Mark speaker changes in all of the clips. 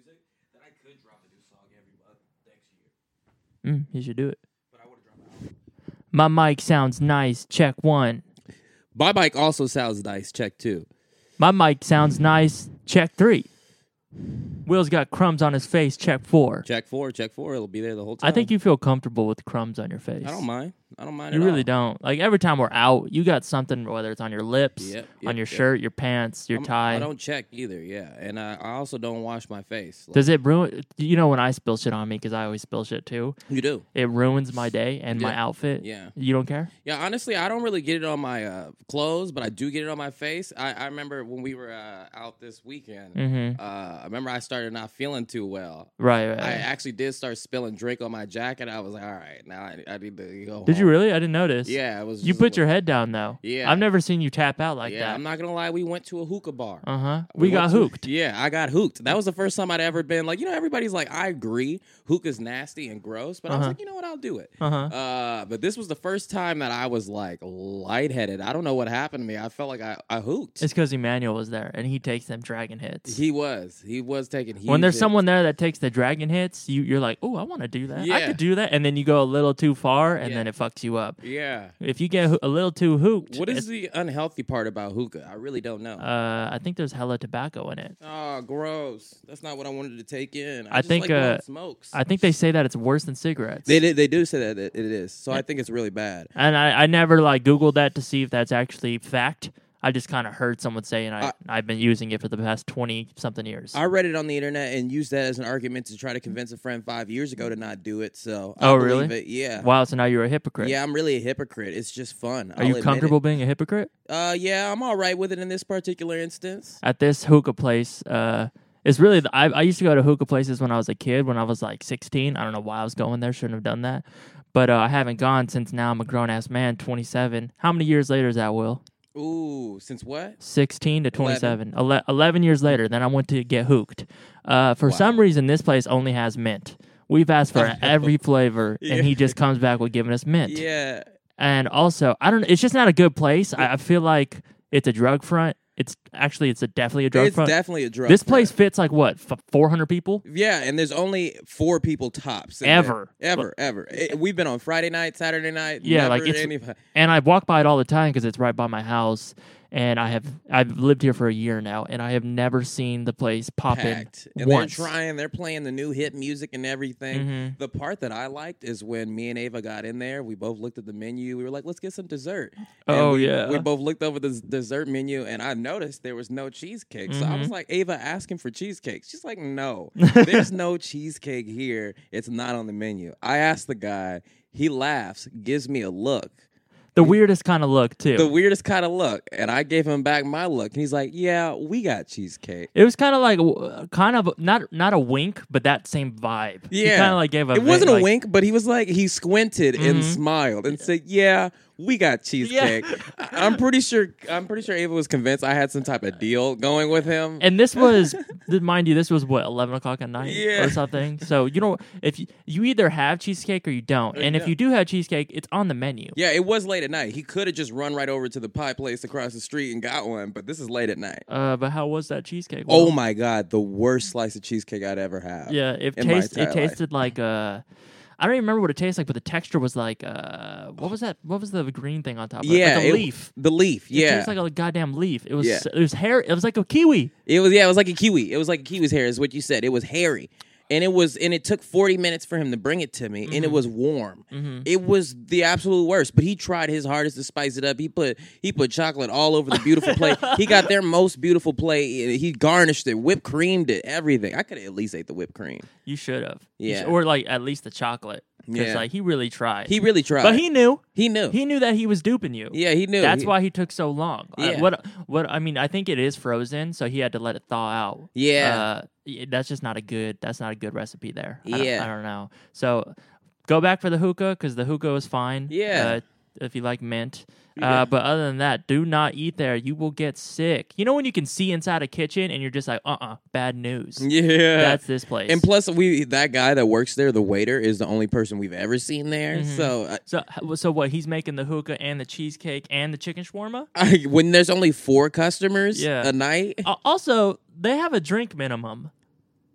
Speaker 1: I could drop a new song every month next year,
Speaker 2: Mm, you should do it.
Speaker 1: but I would have dropped an album.
Speaker 2: My mic sounds nice. Check one.
Speaker 3: My mic also sounds nice. Check two.
Speaker 2: My mic sounds nice. Check three. Will's got crumbs on his face. Check four.
Speaker 3: Check four. Check four. It'll be there the whole time.
Speaker 2: I think you feel comfortable with crumbs on your face.
Speaker 3: I don't mind. I don't mind.
Speaker 2: You
Speaker 3: at
Speaker 2: really
Speaker 3: all.
Speaker 2: don't. Like every time we're out, you got something, whether it's on your lips,
Speaker 3: Yep, yep,
Speaker 2: on your
Speaker 3: yep.
Speaker 2: shirt, your pants, your
Speaker 3: I'm-
Speaker 2: tie.
Speaker 3: I don't check either. Yeah, and I, I also don't wash my face. Like,
Speaker 2: Does it ruin? You know when I spill shit on me because I always spill shit too.
Speaker 3: you do?
Speaker 2: It ruins my day and my
Speaker 3: Yeah.
Speaker 2: outfit.
Speaker 3: Yeah.
Speaker 2: You don't care.
Speaker 3: Yeah, honestly, I don't really get it on my uh, clothes, but I do get it on my face. I, I remember when we were uh, out this weekend.
Speaker 2: Mm-hmm.
Speaker 3: Uh, I remember I started not feeling too well.
Speaker 2: Right. right.
Speaker 3: I actually did start spilling drink on my jacket. I was like, all right, now I, I need to go.
Speaker 2: Did you
Speaker 3: home."
Speaker 2: really? I didn't notice.
Speaker 3: Yeah, it was.
Speaker 2: You
Speaker 3: just
Speaker 2: put
Speaker 3: a
Speaker 2: your head down though.
Speaker 3: Yeah.
Speaker 2: I've never seen you tap out like
Speaker 3: yeah,
Speaker 2: that.
Speaker 3: I'm not gonna lie. We went to a hookah bar.
Speaker 2: uh huh. We, got
Speaker 3: went to-
Speaker 2: hooked.
Speaker 3: yeah, I got hooked. That was the first time I'd ever been like, you know, everybody's like, I agree, hookah's nasty and gross, but I was
Speaker 2: Uh-huh.
Speaker 3: like, you know what, I'll do it.
Speaker 2: Uh huh.
Speaker 3: Uh, but this was the first time that I was like lightheaded. I don't know what happened to me. I felt like I, I hooked.
Speaker 2: It's because Emmanuel was there and he takes them dragon hits.
Speaker 3: he was. He was taking. Huge
Speaker 2: when there's
Speaker 3: hits.
Speaker 2: someone there that takes the dragon hits, you you're like, oh, I want to do that. I
Speaker 3: Yeah.
Speaker 2: could do that, and then you go a little too far, and
Speaker 3: Yeah.
Speaker 2: then it fucks you up.
Speaker 3: Yeah.
Speaker 2: If you get hoo- a little too hooked,
Speaker 3: What is
Speaker 2: it's-
Speaker 3: the unhealthy part about hookah? I really don't know.
Speaker 2: Uh, I think there's hella tobacco in it.
Speaker 3: oh, gross. That's not what I wanted to take in.
Speaker 2: I
Speaker 3: I, just
Speaker 2: think,
Speaker 3: like blowing
Speaker 2: uh,
Speaker 3: smokes.
Speaker 2: I think they say that it's worse than cigarettes.
Speaker 3: they, they do say that it is. So I think it's really bad.
Speaker 2: and I, I never like Googled that to see if that's actually fact. I just kind of heard someone say, and I,
Speaker 3: I-
Speaker 2: I've been using it for the past twenty something years.
Speaker 3: I read it on the internet and used that as an argument to try to convince a friend five years ago to not do it. So I
Speaker 2: Oh,
Speaker 3: believe
Speaker 2: really?
Speaker 3: It. Yeah.
Speaker 2: Wow, so now you're a hypocrite.
Speaker 3: Yeah, I'm really a hypocrite. It's just fun.
Speaker 2: Are you comfortable being a hypocrite?
Speaker 3: Uh, yeah, I'm all right with it in this particular instance.
Speaker 2: at this hookah place. Uh, it's really the, I, I used to go to hookah places when I was a kid. When I was like 16, I don't know why I was going there. Shouldn't have done that. But uh, I haven't gone since now. I'm a grown ass man, 27. How many years later is that, Will?
Speaker 3: Ooh, since what?
Speaker 2: 16 to 27. Ele- 11 years later, then I went to get hooked. Uh, for some reason, this place only has mint. We've asked for every flavor, and he just comes back with giving us mint.
Speaker 3: Yeah,
Speaker 2: And also, I don't. It's just not a good place. I, I feel like it's a drug front. It's actually, it's a definitely a drug
Speaker 3: it's
Speaker 2: front.
Speaker 3: definitely a drug.
Speaker 2: This
Speaker 3: front.
Speaker 2: place fits like what f- 400 people.
Speaker 3: Yeah, and there's only four people tops in there.
Speaker 2: Ever.
Speaker 3: ever, ever. It- we've been on Friday night, Saturday night.
Speaker 2: Yeah,
Speaker 3: never
Speaker 2: like, it's-
Speaker 3: anybody-
Speaker 2: And I walk by it all the time because it's right by my house. And I have I've lived here for a year now, and I have never seen the place pop
Speaker 3: packed.
Speaker 2: in
Speaker 3: And
Speaker 2: once.
Speaker 3: they're trying, they're playing the new hit music and everything.
Speaker 2: Mhm.
Speaker 3: The part that I liked is when me and Ava got in there, we both looked at the menu. We were like, let's get some dessert. And
Speaker 2: Oh,
Speaker 3: we-
Speaker 2: yeah.
Speaker 3: We both looked over the s- dessert menu and I noticed there was no cheesecake. So
Speaker 2: Mm-hmm.
Speaker 3: I was like, Ava asking for cheesecake. She's like, no, there's no cheesecake here. It's not on the menu. I asked the guy, he laughs, gives me a look.
Speaker 2: the weirdest kind of look too.
Speaker 3: The weirdest kind of look. And I gave him back my look. And he's like, Yeah, we got cheesecake.
Speaker 2: it was kind of like w- kind of not not a wink, but that same vibe.
Speaker 3: Yeah.
Speaker 2: kind of like gave a
Speaker 3: it wasn't
Speaker 2: like-
Speaker 3: a wink, but he was like he squinted and
Speaker 2: Mhm.
Speaker 3: smiled and said, "Yeah, we got cheesecake." I- I'm pretty sure. I'm pretty sure Ava was convinced I had some type of deal going with him.
Speaker 2: And this was, th- mind you, this was what eleven o'clock at night
Speaker 3: Yeah.
Speaker 2: or something. So you know, if you, you either have cheesecake or you don't, and if
Speaker 3: don't.
Speaker 2: you do have cheesecake, it's on the menu.
Speaker 3: Oh, yeah, it was late at night. He could have just run right over to the pie place across the street and got one, but this is late at night.
Speaker 2: Uh, but how was that cheesecake?
Speaker 3: Oh
Speaker 2: Will?
Speaker 3: my god, the worst slice of cheesecake I'd ever have.
Speaker 2: Yeah, it
Speaker 3: in my
Speaker 2: tasted. It
Speaker 3: entire life.
Speaker 2: tasted like uh, I don't even remember what it tasted like, but the texture was like uh, what was that? What was the green thing on top? of it?
Speaker 3: yeah,
Speaker 2: like a
Speaker 3: it-
Speaker 2: leaf.
Speaker 3: The leaf.
Speaker 2: It
Speaker 3: Yeah,
Speaker 2: tastes like a goddamn leaf. It was.
Speaker 3: Yeah.
Speaker 2: It was hair. It was like a kiwi.
Speaker 3: It was yeah, it was like a kiwi. It was like a kiwi's hair, is what you said. It was hairy. And it was and it took 40 minutes for him to bring it to me, and
Speaker 2: Mm-hmm.
Speaker 3: it was warm. It was the absolute worst. But he tried his hardest to spice it up. He put he put chocolate all over the beautiful plate. He got their most beautiful plate. He garnished it, whipped creamed it, everything. I could have at least ate the whipped cream.
Speaker 2: You should have. You
Speaker 3: Yeah.
Speaker 2: should- Or like at least the chocolate. Because
Speaker 3: Yeah.
Speaker 2: like he really tried.
Speaker 3: He really tried. Oh.
Speaker 2: But he knew.
Speaker 3: he knew.
Speaker 2: He knew that he was duping you.
Speaker 3: yeah, he knew.
Speaker 2: That's
Speaker 3: He-
Speaker 2: why he took so long. I-
Speaker 3: Yeah.
Speaker 2: what what I mean, I think it is frozen, so he had to let it thaw out.
Speaker 3: Yeah.
Speaker 2: Uh, y- that's just not a good that's not a good recipe there. I don't-
Speaker 3: Yeah.
Speaker 2: I don't know. So go back for the hookah cuz the hookah was fine.
Speaker 3: Yeah.
Speaker 2: Uh, if you like mint. Uh, but other than that, do not eat there. You will get sick. You know when you can see inside a kitchen and you're just like, "Uh-uh, bad news."
Speaker 3: Yeah.
Speaker 2: That's this place.
Speaker 3: and plus we that guy that works there, the waiter, is the only person we've ever seen there.
Speaker 2: Mm-hmm.
Speaker 3: So I-
Speaker 2: so so what? He's making the hookah and the cheesecake and the chicken shawarma?
Speaker 3: I, when there's only four customers
Speaker 2: Yeah.
Speaker 3: a night,
Speaker 2: Uh, also, they have a drink minimum.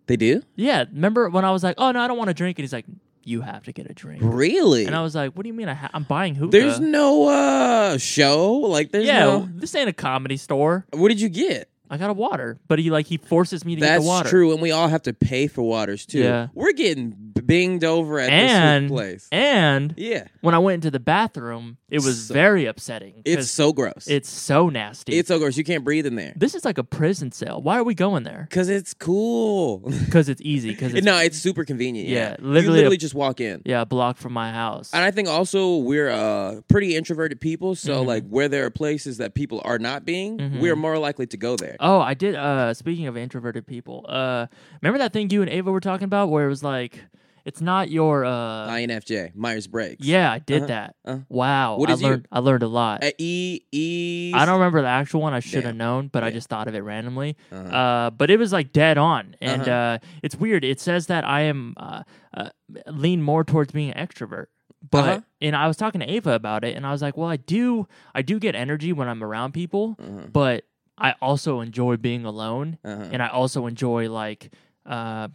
Speaker 3: They do?
Speaker 2: Yeah, remember when I was like, "Oh no, I don't want to drink," and he's like, "You have to get a drink."
Speaker 3: Really?
Speaker 2: And I was like, "What do you mean? I ha- I'm buying hookah."
Speaker 3: There's no uh show. Like there's
Speaker 2: yeah,
Speaker 3: no
Speaker 2: this ain't a comedy store.
Speaker 3: What did you get?
Speaker 2: I got a water, but he like he forces me to get
Speaker 3: That's
Speaker 2: the water.
Speaker 3: true, and we all have to pay for waters too.
Speaker 2: Yeah.
Speaker 3: We're getting binged over at
Speaker 2: And
Speaker 3: this place.
Speaker 2: and
Speaker 3: yeah.
Speaker 2: when I went into the bathroom, it was
Speaker 3: So-
Speaker 2: very upsetting.
Speaker 3: It's
Speaker 2: 'cause
Speaker 3: so gross.
Speaker 2: it's so nasty.
Speaker 3: It's so gross. You can't breathe in there.
Speaker 2: this is like a prison cell. Why are we going there?
Speaker 3: Cause it's cool.
Speaker 2: Because it's easy. Because it's
Speaker 3: no, it's super convenient. Yeah.
Speaker 2: Yeah, literally
Speaker 3: you
Speaker 2: a-
Speaker 3: literally just walk in.
Speaker 2: yeah, a block from my house.
Speaker 3: And I think also we're uh, pretty introverted people, so
Speaker 2: Mm-hmm.
Speaker 3: like where there are places that people are not being, we're more likely to go there.
Speaker 2: Oh, I did. Mm-hmm. Uh, speaking of introverted people, uh, remember that thing you and Ava were talking about where it was like, it's not your. Uh,
Speaker 3: INFJ, Myers Briggs.
Speaker 2: yeah, I did
Speaker 3: uh-huh,
Speaker 2: that.
Speaker 3: uh.
Speaker 2: wow,
Speaker 3: What
Speaker 2: I
Speaker 3: is you?
Speaker 2: learned. I learned a lot.
Speaker 3: Uh, E E.
Speaker 2: I don't remember the actual one. I should have
Speaker 3: Damn.
Speaker 2: known, but I
Speaker 3: Yeah.
Speaker 2: just thought of it randomly. uh
Speaker 3: Uh-huh.
Speaker 2: but it was like dead on, and
Speaker 3: Uh-huh.
Speaker 2: uh it's weird. It says that I am uh, uh, lean more towards being an extrovert, but
Speaker 3: Uh-huh.
Speaker 2: and I was talking to Ava about it, and I was like, well, I do, I do get energy when I'm around people,
Speaker 3: Uh-huh.
Speaker 2: but I also enjoy being alone,
Speaker 3: Uh-huh.
Speaker 2: and I also enjoy like. Uh,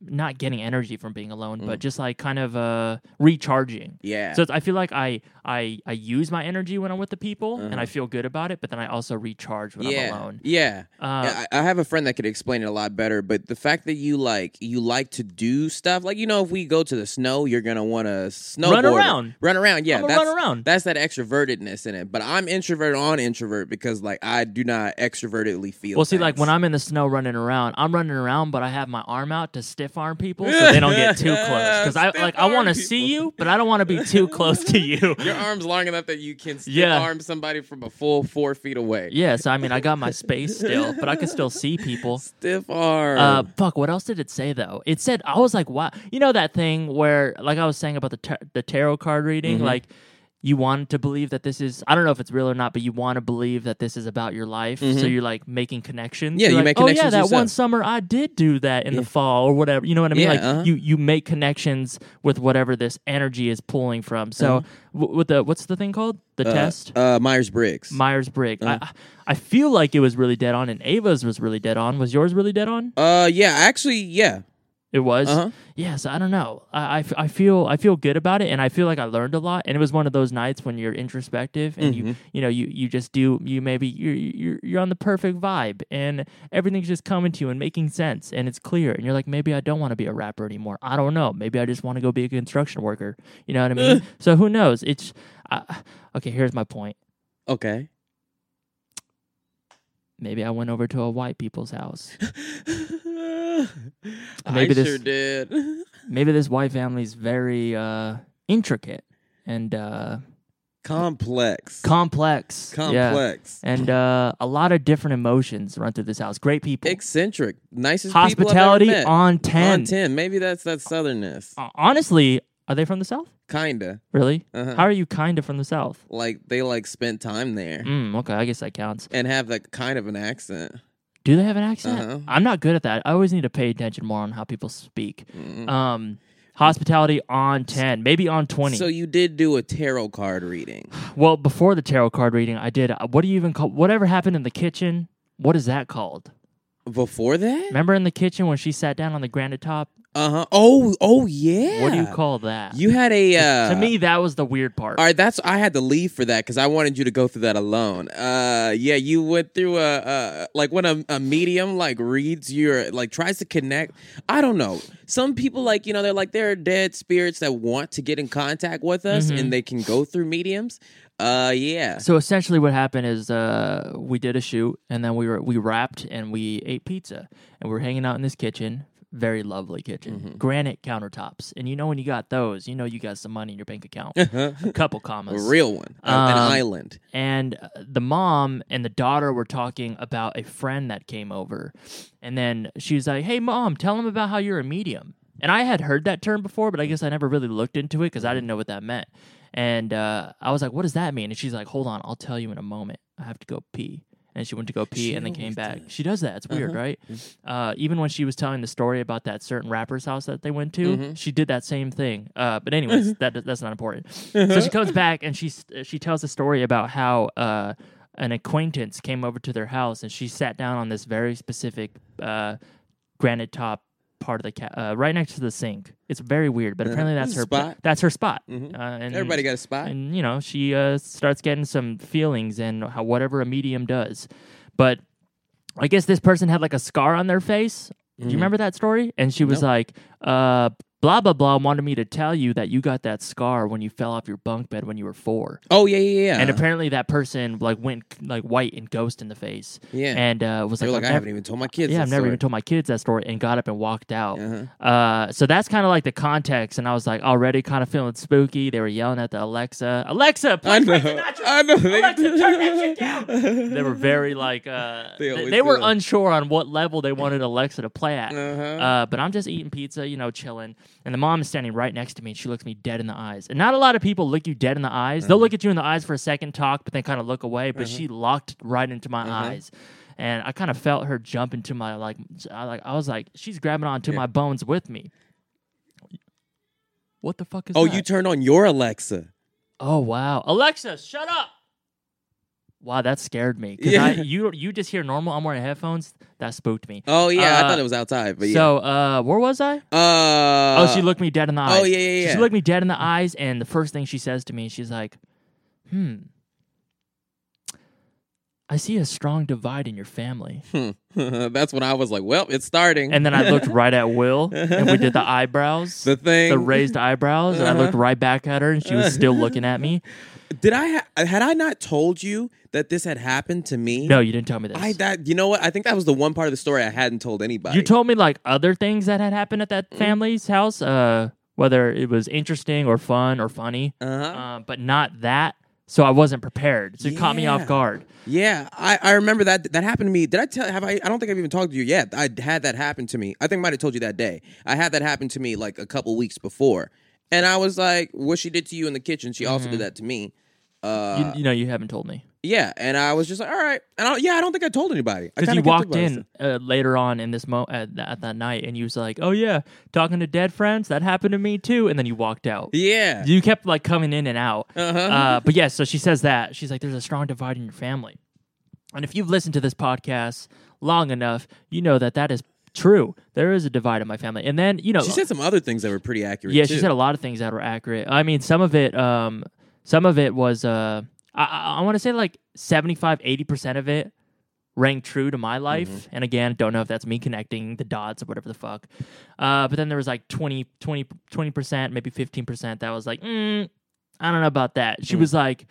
Speaker 2: not getting energy from being alone,
Speaker 3: Mm-hmm.
Speaker 2: but just like kind of uh recharging.
Speaker 3: Yeah.
Speaker 2: So it's, I feel like I I I use my energy when I'm with the people, and I feel good about it. But then I also recharge when
Speaker 3: Uh-huh. yeah.
Speaker 2: I'm alone.
Speaker 3: Yeah.
Speaker 2: Uh,
Speaker 3: Yeah, I, I have a friend that could explain it a lot better, but the fact that you like you like to do stuff, like you know, if we go to the snow, you're gonna want to snowboard,
Speaker 2: around.
Speaker 3: run around. Yeah,
Speaker 2: I'ma
Speaker 3: that's
Speaker 2: run around.
Speaker 3: That's that extrovertedness in it. But I'm introvert on introvert because like I do not extrovertedly feel.
Speaker 2: Well, see, like
Speaker 3: things.
Speaker 2: when I'm in the snow running around, I'm running around, but I have my arm out to stiff arm people so they don't get too close. Because I
Speaker 3: Stiff
Speaker 2: like I want to
Speaker 3: arm
Speaker 2: see
Speaker 3: people.
Speaker 2: you, but I don't want to be too close to you.
Speaker 3: Your arm's long enough that you can stiff
Speaker 2: Yeah.
Speaker 3: arm somebody from a full four feet away.
Speaker 2: yeah, so I mean, I got my space still, but I can still see people.
Speaker 3: Stiff arm.
Speaker 2: Uh, fuck. What else did it say though? It said I was like, wow. You know that thing where, like, I was saying about the tar- the tarot card reading,
Speaker 3: Mm-hmm.
Speaker 2: like. You want to believe that this is, I don't know if it's real or not, but you want to believe that this is about your life. So you're like making connections.
Speaker 3: Mm-hmm. Yeah,
Speaker 2: You're
Speaker 3: you
Speaker 2: like,
Speaker 3: make
Speaker 2: Oh, yeah,
Speaker 3: connections
Speaker 2: that one
Speaker 3: yourself."
Speaker 2: summer I did do that in the fall or whatever. You know what I mean?
Speaker 3: Yeah,
Speaker 2: like
Speaker 3: uh-huh.
Speaker 2: you, you make connections with whatever this energy is pulling from. So, w- with the, what's the thing called? The
Speaker 3: Mm-hmm. Uh,
Speaker 2: test?
Speaker 3: Uh, Myers Briggs.
Speaker 2: Myers Briggs. I, I feel like it was really dead on, and Ava's was really dead on. Was yours really dead on?
Speaker 3: uh, yeah, actually, yeah.
Speaker 2: It was.
Speaker 3: Uh-huh.
Speaker 2: Yes, I don't know. I, I f- I feel I feel good about it, and I feel like I learned a lot. And it was one of those nights when you're introspective and you you know you you just do you maybe you're you're you're on the perfect vibe, and everything's just coming to you and making sense, and it's clear. And you're like, maybe I don't want to be a rapper anymore. I don't know. Maybe I just want to go be a construction worker. You know what I mean? so who knows? It's uh, okay. Here's my point.
Speaker 3: Okay.
Speaker 2: Maybe I went over to a white people's house.
Speaker 3: I
Speaker 2: Maybe this-
Speaker 3: sure did.
Speaker 2: maybe this white family's very uh, intricate and. Uh,
Speaker 3: Complex.
Speaker 2: complex, Yeah.
Speaker 3: Complex.
Speaker 2: and uh, a lot of different emotions run through this house. Great people,
Speaker 3: Eccentric. Nicest
Speaker 2: hospitality
Speaker 3: people I've ever met.
Speaker 2: on ten.
Speaker 3: On ten. Maybe that's that southernness.
Speaker 2: Uh, honestly, are they from the south?
Speaker 3: Kinda.
Speaker 2: Really?
Speaker 3: Uh-huh.
Speaker 2: How are you kind of from the south?
Speaker 3: Like they like spent time there
Speaker 2: Mm, okay, I guess that counts.
Speaker 3: and have that kind of an accent.
Speaker 2: Do they have an accent?
Speaker 3: Uh-huh.
Speaker 2: I'm not good at that. I always need to pay attention more on how people speak.
Speaker 3: Mm.
Speaker 2: Um, hospitality on ten, maybe on twenty.
Speaker 3: So you did do a tarot card reading.
Speaker 2: well, before the tarot card reading, I did. Uh, what do you even call whatever happened in the kitchen? What is that called?
Speaker 3: Before that?
Speaker 2: Remember in the kitchen when she sat down on the granite top?
Speaker 3: Uh huh. Oh, oh yeah.
Speaker 2: What do you call that?
Speaker 3: You had a uh,
Speaker 2: to me that was the weird part
Speaker 3: All right, that's I had to leave for that because I wanted you to go through that alone. Uh, yeah, you went through a, a like when a, a medium like reads your like tries to connect. I don't know. Some people like you know they're like they're dead spirits that want to get in contact with us
Speaker 2: Mm-hmm.
Speaker 3: and they can go through mediums. Uh, yeah,
Speaker 2: so essentially what happened is uh, we did a shoot and then we were we wrapped and we ate pizza and we were hanging out in this kitchen very lovely kitchen
Speaker 3: Mm-hmm.
Speaker 2: granite countertops and you know when you got those you know you got some money in your bank account a couple
Speaker 3: a
Speaker 2: commas
Speaker 3: real one, a- an
Speaker 2: Um,
Speaker 3: island.
Speaker 2: and uh, the mom and the daughter were talking about a friend that came over and then she was like hey mom tell him about how you're a medium and i had heard that term before but i guess i never really looked into it because i didn't know what that meant and uh, i was like what does that mean and she's like hold on i'll tell you in a moment i have to go pee and she went to go pee
Speaker 3: She
Speaker 2: and then came
Speaker 3: always
Speaker 2: back
Speaker 3: does. Uh-huh.
Speaker 2: she does that it's weird right uh, even when she was telling the story about that certain rapper's house that they went to
Speaker 3: Mm-hmm.
Speaker 2: she did that same thing uh, but anyways that that's not important
Speaker 3: Mm-hmm.
Speaker 2: so she comes back and she she tells a story about how uh, an acquaintance came over to their house and she sat down on this very specific uh, granite top part of the ca- uh, right next to the sink. It's very weird, but
Speaker 3: Uh-huh.
Speaker 2: apparently that's
Speaker 3: It's a
Speaker 2: her
Speaker 3: spot.
Speaker 2: That's her spot.
Speaker 3: Mhm.
Speaker 2: Uh, and
Speaker 3: Everybody got a spot.
Speaker 2: and you know she uh, starts getting some feelings and how whatever a medium does but i guess this person had like a scar on their face do you
Speaker 3: Mm-hmm.
Speaker 2: remember that story and she was
Speaker 3: No.
Speaker 2: like uh blah blah blah wanted me to tell you that you got that scar when you fell off your bunk bed when you were four
Speaker 3: Oh yeah, yeah, yeah.
Speaker 2: and apparently that person like went like white and ghost in the face
Speaker 3: yeah.
Speaker 2: and uh was
Speaker 3: They
Speaker 2: like, "I've
Speaker 3: were like, I
Speaker 2: never-
Speaker 3: haven't even told my kids.
Speaker 2: yeah,
Speaker 3: that
Speaker 2: I've never
Speaker 3: story."
Speaker 2: even told my kids that story, and got up and walked out.
Speaker 3: Uh-huh.
Speaker 2: Uh, so that's kind of like the context, and I was like already kind of feeling spooky. They were yelling at the Alexa, Alexa, play
Speaker 3: I know.
Speaker 2: Frank Sinatra.
Speaker 3: I know. They-
Speaker 2: Alexa, turn that shit down. They were very like uh,
Speaker 3: They
Speaker 2: they,
Speaker 3: always
Speaker 2: they were
Speaker 3: do.
Speaker 2: unsure on what level they wanted Alexa to play at.
Speaker 3: Uh-huh.
Speaker 2: Uh, but I'm just eating pizza, you know, chilling, and the mom is standing right next to me, and she looks me dead in the eyes. And not a lot of people look you dead in the eyes. They'll look at you in the eyes for a second, talk, but then kind of look away. But she locked right into my eyes. And I kind of felt her jump into my like, I like I was like, she's grabbing onto my bones with me. What the fuck is?
Speaker 3: Oh,
Speaker 2: that?
Speaker 3: you turned on your Alexa.
Speaker 2: Oh wow, Alexa, shut up! Wow, that scared me because
Speaker 3: Yeah.
Speaker 2: I you you just hear normal. I'm wearing headphones. That spooked me.
Speaker 3: Oh yeah,
Speaker 2: Uh,
Speaker 3: I thought it was outside, but yeah.
Speaker 2: So, uh, where was I?
Speaker 3: uh,
Speaker 2: oh, she looked me dead in the eyes.
Speaker 3: oh, yeah, yeah,
Speaker 2: She
Speaker 3: yeah.
Speaker 2: looked me dead in the eyes, and the first thing she says to me, she's like, "Hmm, I see a strong divide in your family."
Speaker 3: That's when I was like, well, it's starting.
Speaker 2: And then I looked right at Will, and we did the eyebrows.
Speaker 3: the thing. Uh-huh.
Speaker 2: the raised eyebrows, and I looked right back at her, and she was still looking at me.
Speaker 3: Did I ha- had I not told you that this had happened to me?
Speaker 2: No, you didn't tell me this.
Speaker 3: I that you know what? I think that was the one part of the story I hadn't told anybody.
Speaker 2: You told me like other things that had happened at
Speaker 3: Mm-hmm.
Speaker 2: that family's house, uh, whether it was interesting or fun or funny,
Speaker 3: Uh-huh.
Speaker 2: uh, but not that. So I wasn't prepared. So you caught me
Speaker 3: Yeah.
Speaker 2: off guard.
Speaker 3: Yeah, I, I remember that that happened to me. Did I tell? Have I? I don't think I've even talked to you yet. I had that happen to me. I think I might have told you that day. I had that happen to me like a couple weeks before, and I was like, "What she did to you in the kitchen, she also did that to me."
Speaker 2: Mm-hmm. You,
Speaker 3: Uh,
Speaker 2: you know, you haven't told me
Speaker 3: yeah, and I was just like, "All right," and I, yeah, I don't think I told anybody I
Speaker 2: because
Speaker 3: kinda
Speaker 2: you
Speaker 3: kept it
Speaker 2: walked
Speaker 3: by
Speaker 2: in
Speaker 3: myself.
Speaker 2: uh, later on in this mo at, th- at that night, and you was like, "Oh yeah, talking to dead friends. That happened to me too." And then you walked out.
Speaker 3: Yeah,
Speaker 2: You kept like coming in and out.
Speaker 3: Uh-huh.
Speaker 2: Uh, but yeah, so she says that. She's like, there's a strong divide in your family. And if you've listened to this podcast long enough, you know that that is true. There is a divide in my family. And then, you know,
Speaker 3: she said some other things that were pretty accurate.
Speaker 2: uh, yeah,
Speaker 3: too.
Speaker 2: she said a lot of things that were accurate. I mean, some of it, um, some of it was, uh, I, I, I want to say like 75, 80% of it rang true to my
Speaker 3: Mm-hmm.
Speaker 2: life. And again, don't know if that's me connecting the dots or whatever the fuck. Uh, but then there was like 20, 20, 20%, maybe 15% that was like, mm, I don't know about that.
Speaker 3: Mm.
Speaker 2: She was like,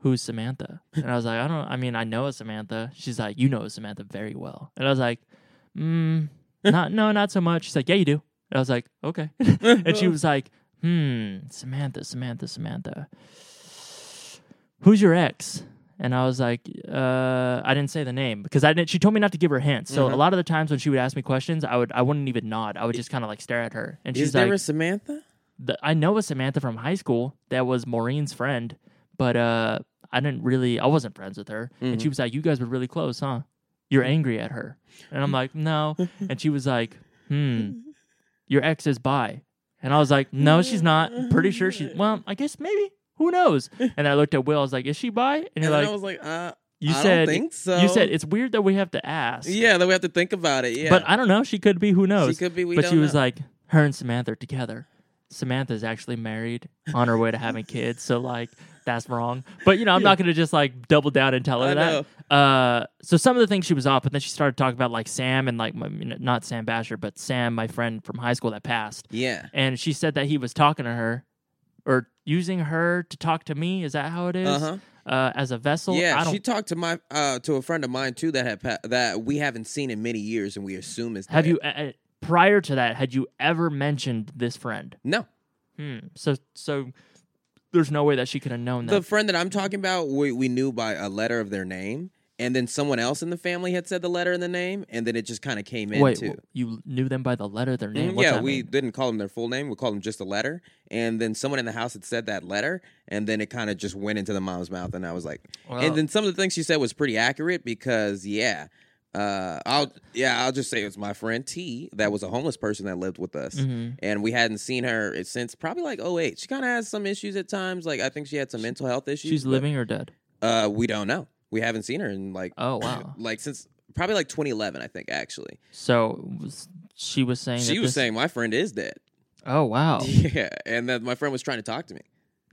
Speaker 2: Who's Samantha? And I was like, I don't, I mean, I know a Samantha. She's like, You know Samantha very well. And I was like, mm, not, No, not so much. She's like, Yeah, you do. And I was like, Okay. and she was like, Hmm, Samantha, Samantha, Samantha. Who's your ex? And I was like, uh, I didn't say the name because I didn't. She told me not to give her hints. So
Speaker 3: Mm-hmm.
Speaker 2: a lot of the times when she would ask me questions, I would I wouldn't even nod. I would just kind of like stare at her. And
Speaker 3: "Is
Speaker 2: she's
Speaker 3: there
Speaker 2: like,
Speaker 3: a Samantha?"
Speaker 2: the, I know a Samantha from high school that was Maureen's friend, but uh, I didn't really, I wasn't friends with her. And
Speaker 3: Mm-hmm.
Speaker 2: she was like, You guys were really close, huh? You're angry at her. And I'm like, No. and she was like, Hmm, your ex is bi. And I was like, No, she's not. I'm pretty sure she's, well, I guess maybe. Who knows? And I looked at Will. I was like, "Is she bi?" And
Speaker 3: And
Speaker 2: you're
Speaker 3: I
Speaker 2: like,
Speaker 3: was like, "Uh,
Speaker 2: "You
Speaker 3: I don't
Speaker 2: said
Speaker 3: think so."
Speaker 2: you said it's weird that we have to ask."
Speaker 3: yeah." Then we have to think about it. Yeah,
Speaker 2: But I don't know. She could be. Who knows?
Speaker 3: she could be. We
Speaker 2: but
Speaker 3: don't
Speaker 2: she was
Speaker 3: know.
Speaker 2: like, her and Samantha are together. Samantha's actually married on her way to having kids. So, like, that's wrong. But, you know, I'm not going to just like double down and tell her
Speaker 3: I
Speaker 2: that. Uh, so, some of the things she was off, but then she started talking about like Sam and like, my, you know, not Sam Basher, but Sam, my friend from high school that passed.
Speaker 3: "Yeah."
Speaker 2: And she said that he was talking to her or using her to talk to me. Is that how it is?
Speaker 3: Uh-huh.
Speaker 2: Uh, as a vessel? I
Speaker 3: yeah,
Speaker 2: don't
Speaker 3: she talked to my uh, to a friend of mine too that had pa- that we haven't seen in many years, and we assume is
Speaker 2: have
Speaker 3: dead.
Speaker 2: you, uh, uh, prior to that, had you ever mentioned this friend?
Speaker 3: No,
Speaker 2: Hmm. So so there's no way that she could have known
Speaker 3: the
Speaker 2: that.
Speaker 3: friend that I'm talking about, we we knew by a letter of their name, and then someone else in the family had said the letter in the name, and then it just kind of came in
Speaker 2: Wait,
Speaker 3: too.
Speaker 2: wh- you knew them by the letter of their name?
Speaker 3: Mhm,
Speaker 2: What's
Speaker 3: yeah,
Speaker 2: that
Speaker 3: we
Speaker 2: mean?
Speaker 3: didn't call them their full name. We called them just a letter, and then someone in the house had said that letter, and then it kind of just went into the mom's mouth, and I was like,
Speaker 2: Wow.
Speaker 3: and then some of the things she said was pretty accurate because yeah, uh, I'll yeah I'll just say it was my friend T that was a homeless person that lived with us,
Speaker 2: Mhm.
Speaker 3: and we hadn't seen her since probably like oh eight. She kind of has some issues at times. Like I think she had some mental health issues.
Speaker 2: She's
Speaker 3: but,
Speaker 2: living or dead?
Speaker 3: Uh, we don't know. We haven't seen her in like
Speaker 2: Oh wow.
Speaker 3: like since probably like 2011, I think actually.
Speaker 2: so was- she was saying.
Speaker 3: She
Speaker 2: that
Speaker 3: was
Speaker 2: this-
Speaker 3: saying my friend is dead.
Speaker 2: "Oh wow."
Speaker 3: Yeah, and that my friend was trying to talk to me.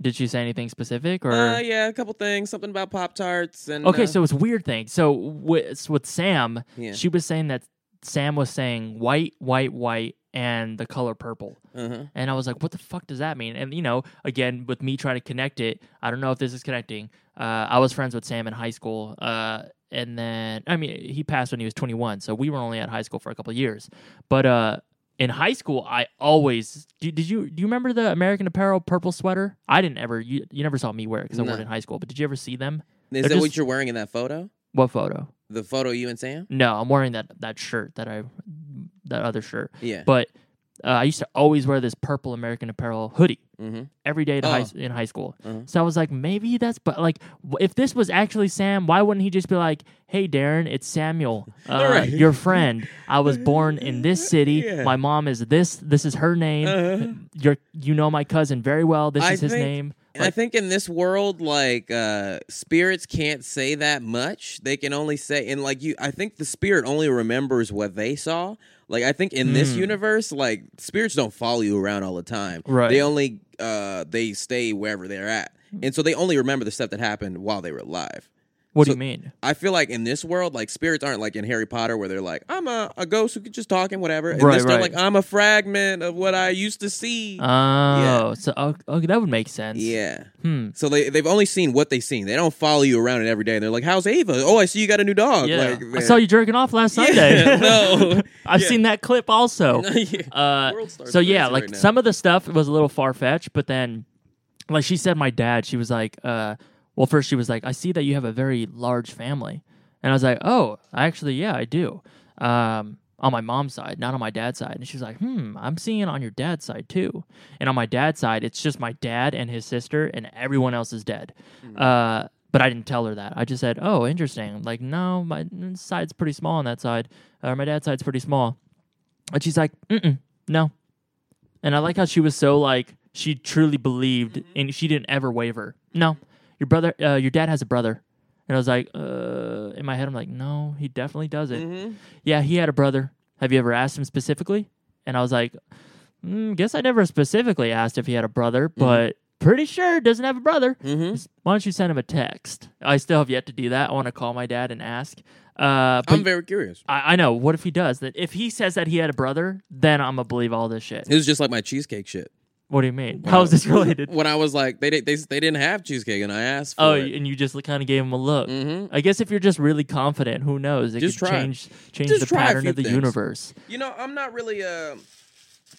Speaker 2: Did she say anything specific or?
Speaker 3: Uh, yeah, a couple things, something about Pop Tarts and
Speaker 2: Okay,
Speaker 3: uh,
Speaker 2: so it's a weird thing. So with with Sam,
Speaker 3: Yeah.
Speaker 2: she was saying that Sam was saying white, white, white, and the color purple,
Speaker 3: uh-huh.
Speaker 2: and I was like, "What the fuck does that mean?" And you know, again, with me trying to connect it, I don't know if this is connecting. Uh, I was friends with Sam in high school, uh, and then I mean, he passed when he was 21, so we were only at high school for a couple of years. But uh, in high school, I always did, did. you do you remember the American Apparel purple sweater? I didn't ever. You, you never saw me wear it because I wore
Speaker 3: No.
Speaker 2: it in high school. But did you ever see them?
Speaker 3: Is
Speaker 2: They're
Speaker 3: that
Speaker 2: just-
Speaker 3: what you're wearing in that photo?
Speaker 2: What photo?
Speaker 3: The photo of you and Sam?
Speaker 2: No, I'm wearing that that shirt that I that other shirt.
Speaker 3: Yeah.
Speaker 2: But uh, I used to always wear this purple American Apparel hoodie
Speaker 3: mm-hmm.
Speaker 2: every day to high,
Speaker 3: Oh.
Speaker 2: in high school.
Speaker 3: Uh-huh.
Speaker 2: So I was like, maybe that's but like w- if this was actually Sam, why wouldn't he just be like, "Hey, Darren, it's Samuel, uh,
Speaker 3: Right.
Speaker 2: your friend. I was born in this city.
Speaker 3: Yeah.
Speaker 2: My mom is this. This is her name.
Speaker 3: Uh-huh.
Speaker 2: Your you know my cousin very well. This
Speaker 3: I
Speaker 2: is his
Speaker 3: think-
Speaker 2: name.
Speaker 3: And I think in this world, like uh spirits can't say that much. They can only say and like you I think the spirit only remembers what they saw. Like I think in this
Speaker 2: Mm.
Speaker 3: universe, like spirits don't follow you around all the time.
Speaker 2: Right. Hmm.
Speaker 3: They only uh they stay wherever they're at. And so they only remember the stuff that happened while they were alive.
Speaker 2: What do
Speaker 3: so-
Speaker 2: you mean?
Speaker 3: I feel like in this world, like spirits aren't like in Harry Potter where they're like, I'm a, a ghost who could just talk and whatever. And
Speaker 2: Right,
Speaker 3: this they're
Speaker 2: right.
Speaker 3: like, I'm a fragment of what I used to see.
Speaker 2: Oh, so oh, okay, that would make sense.
Speaker 3: yeah.
Speaker 2: Hmm.
Speaker 3: So they they've only seen what they've seen. They don't follow you around it every day. They're like, "How's Ava? Oh, I see you got a new dog."
Speaker 2: Yeah.
Speaker 3: Like,
Speaker 2: I saw you jerking off last
Speaker 3: Yeah,
Speaker 2: Sunday.
Speaker 3: no.
Speaker 2: I've
Speaker 3: Yeah.
Speaker 2: seen that clip also. Uh,
Speaker 3: World starts
Speaker 2: so yeah,
Speaker 3: crazy
Speaker 2: like
Speaker 3: right now.
Speaker 2: some of the stuff was a little far fetched, but then, like she said, my dad, she was like, uh, well, first she was like, I see that you have a very large family, and I was like, oh, actually, yeah, I do. Um, on my mom's side, not on my dad's side. And she was like, hmm, I'm seeing it on your dad's side too. And on my dad's side, it's just my dad and his sister, and everyone else is dead.
Speaker 3: Mm-hmm.
Speaker 2: Uh, but I didn't tell her that. I just said, oh, interesting. Like, no, my side's pretty small on that side, or my dad's side's pretty small. And she's like, Mm-mm, no. And I like how she was so like she truly believed, and she didn't ever waver. No, your brother, uh, your dad has a brother. And I was like, uh, in my head, I'm like, no, he definitely doesn't. Yeah, he had a brother. Have you ever asked him specifically? And I was like, mm, guess I never specifically asked if he had a brother, but pretty sure doesn't have a brother. Just, Why don't you send him a text? I still have yet to do that. I want to call my dad and ask. Uh, but
Speaker 3: I'm very curious.
Speaker 2: I, I know. What if he does? That if he says that he had a brother, then I'm gonna believe all this shit.
Speaker 3: It was just like my cheesecake shit.
Speaker 2: What do you mean? How is this related?
Speaker 3: When I was like, they did- they they didn't have cheesecake, and I asked. For
Speaker 2: oh,
Speaker 3: it.
Speaker 2: and you just kind of gave him a look.
Speaker 3: Mhm.
Speaker 2: I guess if you're just really confident, who knows? It
Speaker 3: Just
Speaker 2: could
Speaker 3: try.
Speaker 2: change change
Speaker 3: Just
Speaker 2: the
Speaker 3: try a
Speaker 2: pattern
Speaker 3: few
Speaker 2: of the
Speaker 3: things.
Speaker 2: universe.
Speaker 3: You know, I'm not really a.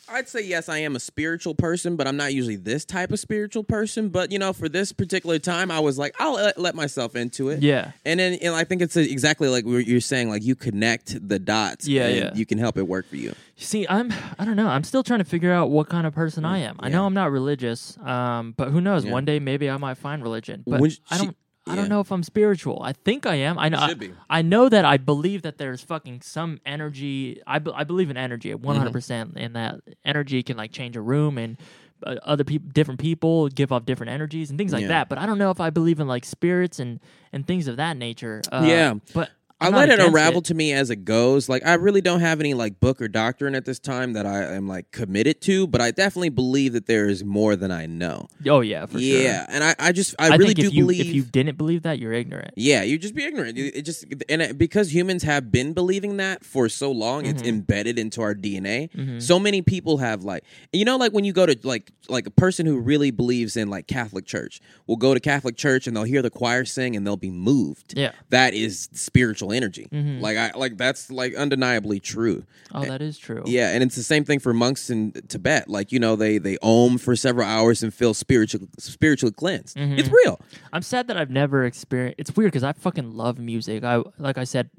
Speaker 3: I'd say yes, I am a spiritual person, but I'm not usually this type of spiritual person. But you know, for this particular time, I was like, I'll let, let myself into it.
Speaker 2: Yeah.
Speaker 3: And then and I think it's exactly like what you're saying, like you connect the dots.
Speaker 2: Yeah,
Speaker 3: and
Speaker 2: yeah.
Speaker 3: You can help it work for you.
Speaker 2: See, I'm I don't know. I'm still trying to figure out what kind of person I am. I know
Speaker 3: Mm, yeah.
Speaker 2: I'm not religious, um, but who knows?
Speaker 3: Yeah.
Speaker 2: One day maybe I might find religion. But
Speaker 3: When
Speaker 2: I
Speaker 3: she-
Speaker 2: don't. I don't
Speaker 3: yeah.
Speaker 2: know if I'm spiritual. I think I am. I know. I,
Speaker 3: should be.
Speaker 2: I know that I believe that there's fucking some energy. I, be- I believe in energy 100
Speaker 3: Mm-hmm.
Speaker 2: percent, and that energy can like change a room and uh, other people, different people give off different energies and things like
Speaker 3: Yeah.
Speaker 2: that. But I don't know if I believe in like spirits and and things of that nature. Uh,
Speaker 3: Yeah.
Speaker 2: but
Speaker 3: I
Speaker 2: I'm not
Speaker 3: let it
Speaker 2: against
Speaker 3: unravel to me as it goes. Like I really don't have any like book or doctrine at this time that I am like committed to, but I definitely believe that there is more than I know.
Speaker 2: Oh yeah, for sure.
Speaker 3: yeah, and I, I just I,
Speaker 2: I
Speaker 3: really
Speaker 2: think if
Speaker 3: do
Speaker 2: you
Speaker 3: believe
Speaker 2: if you didn't believe that, you're ignorant.
Speaker 3: Yeah, you just be ignorant. You- It just and it, because humans have been believing that for so long, it's
Speaker 2: Mm-hmm.
Speaker 3: embedded into our DNA. So many people have like you know, like when you go to like like a person who really believes in like Catholic Church will go to Catholic Church and they'll hear the choir sing and they'll be moved.
Speaker 2: Yeah.
Speaker 3: that is spiritual energy.
Speaker 2: Mm-hmm.
Speaker 3: Like I like that's like undeniably true.
Speaker 2: Oh, that is true.
Speaker 3: Yeah, and it's the same thing for monks in Tibet. Like you know, they they om for several hours and feel spiritual spiritually cleansed.
Speaker 2: Mm-hmm.
Speaker 3: It's real.
Speaker 2: I'm sad that I've never experienced. It's weird because I fucking love music. I like I said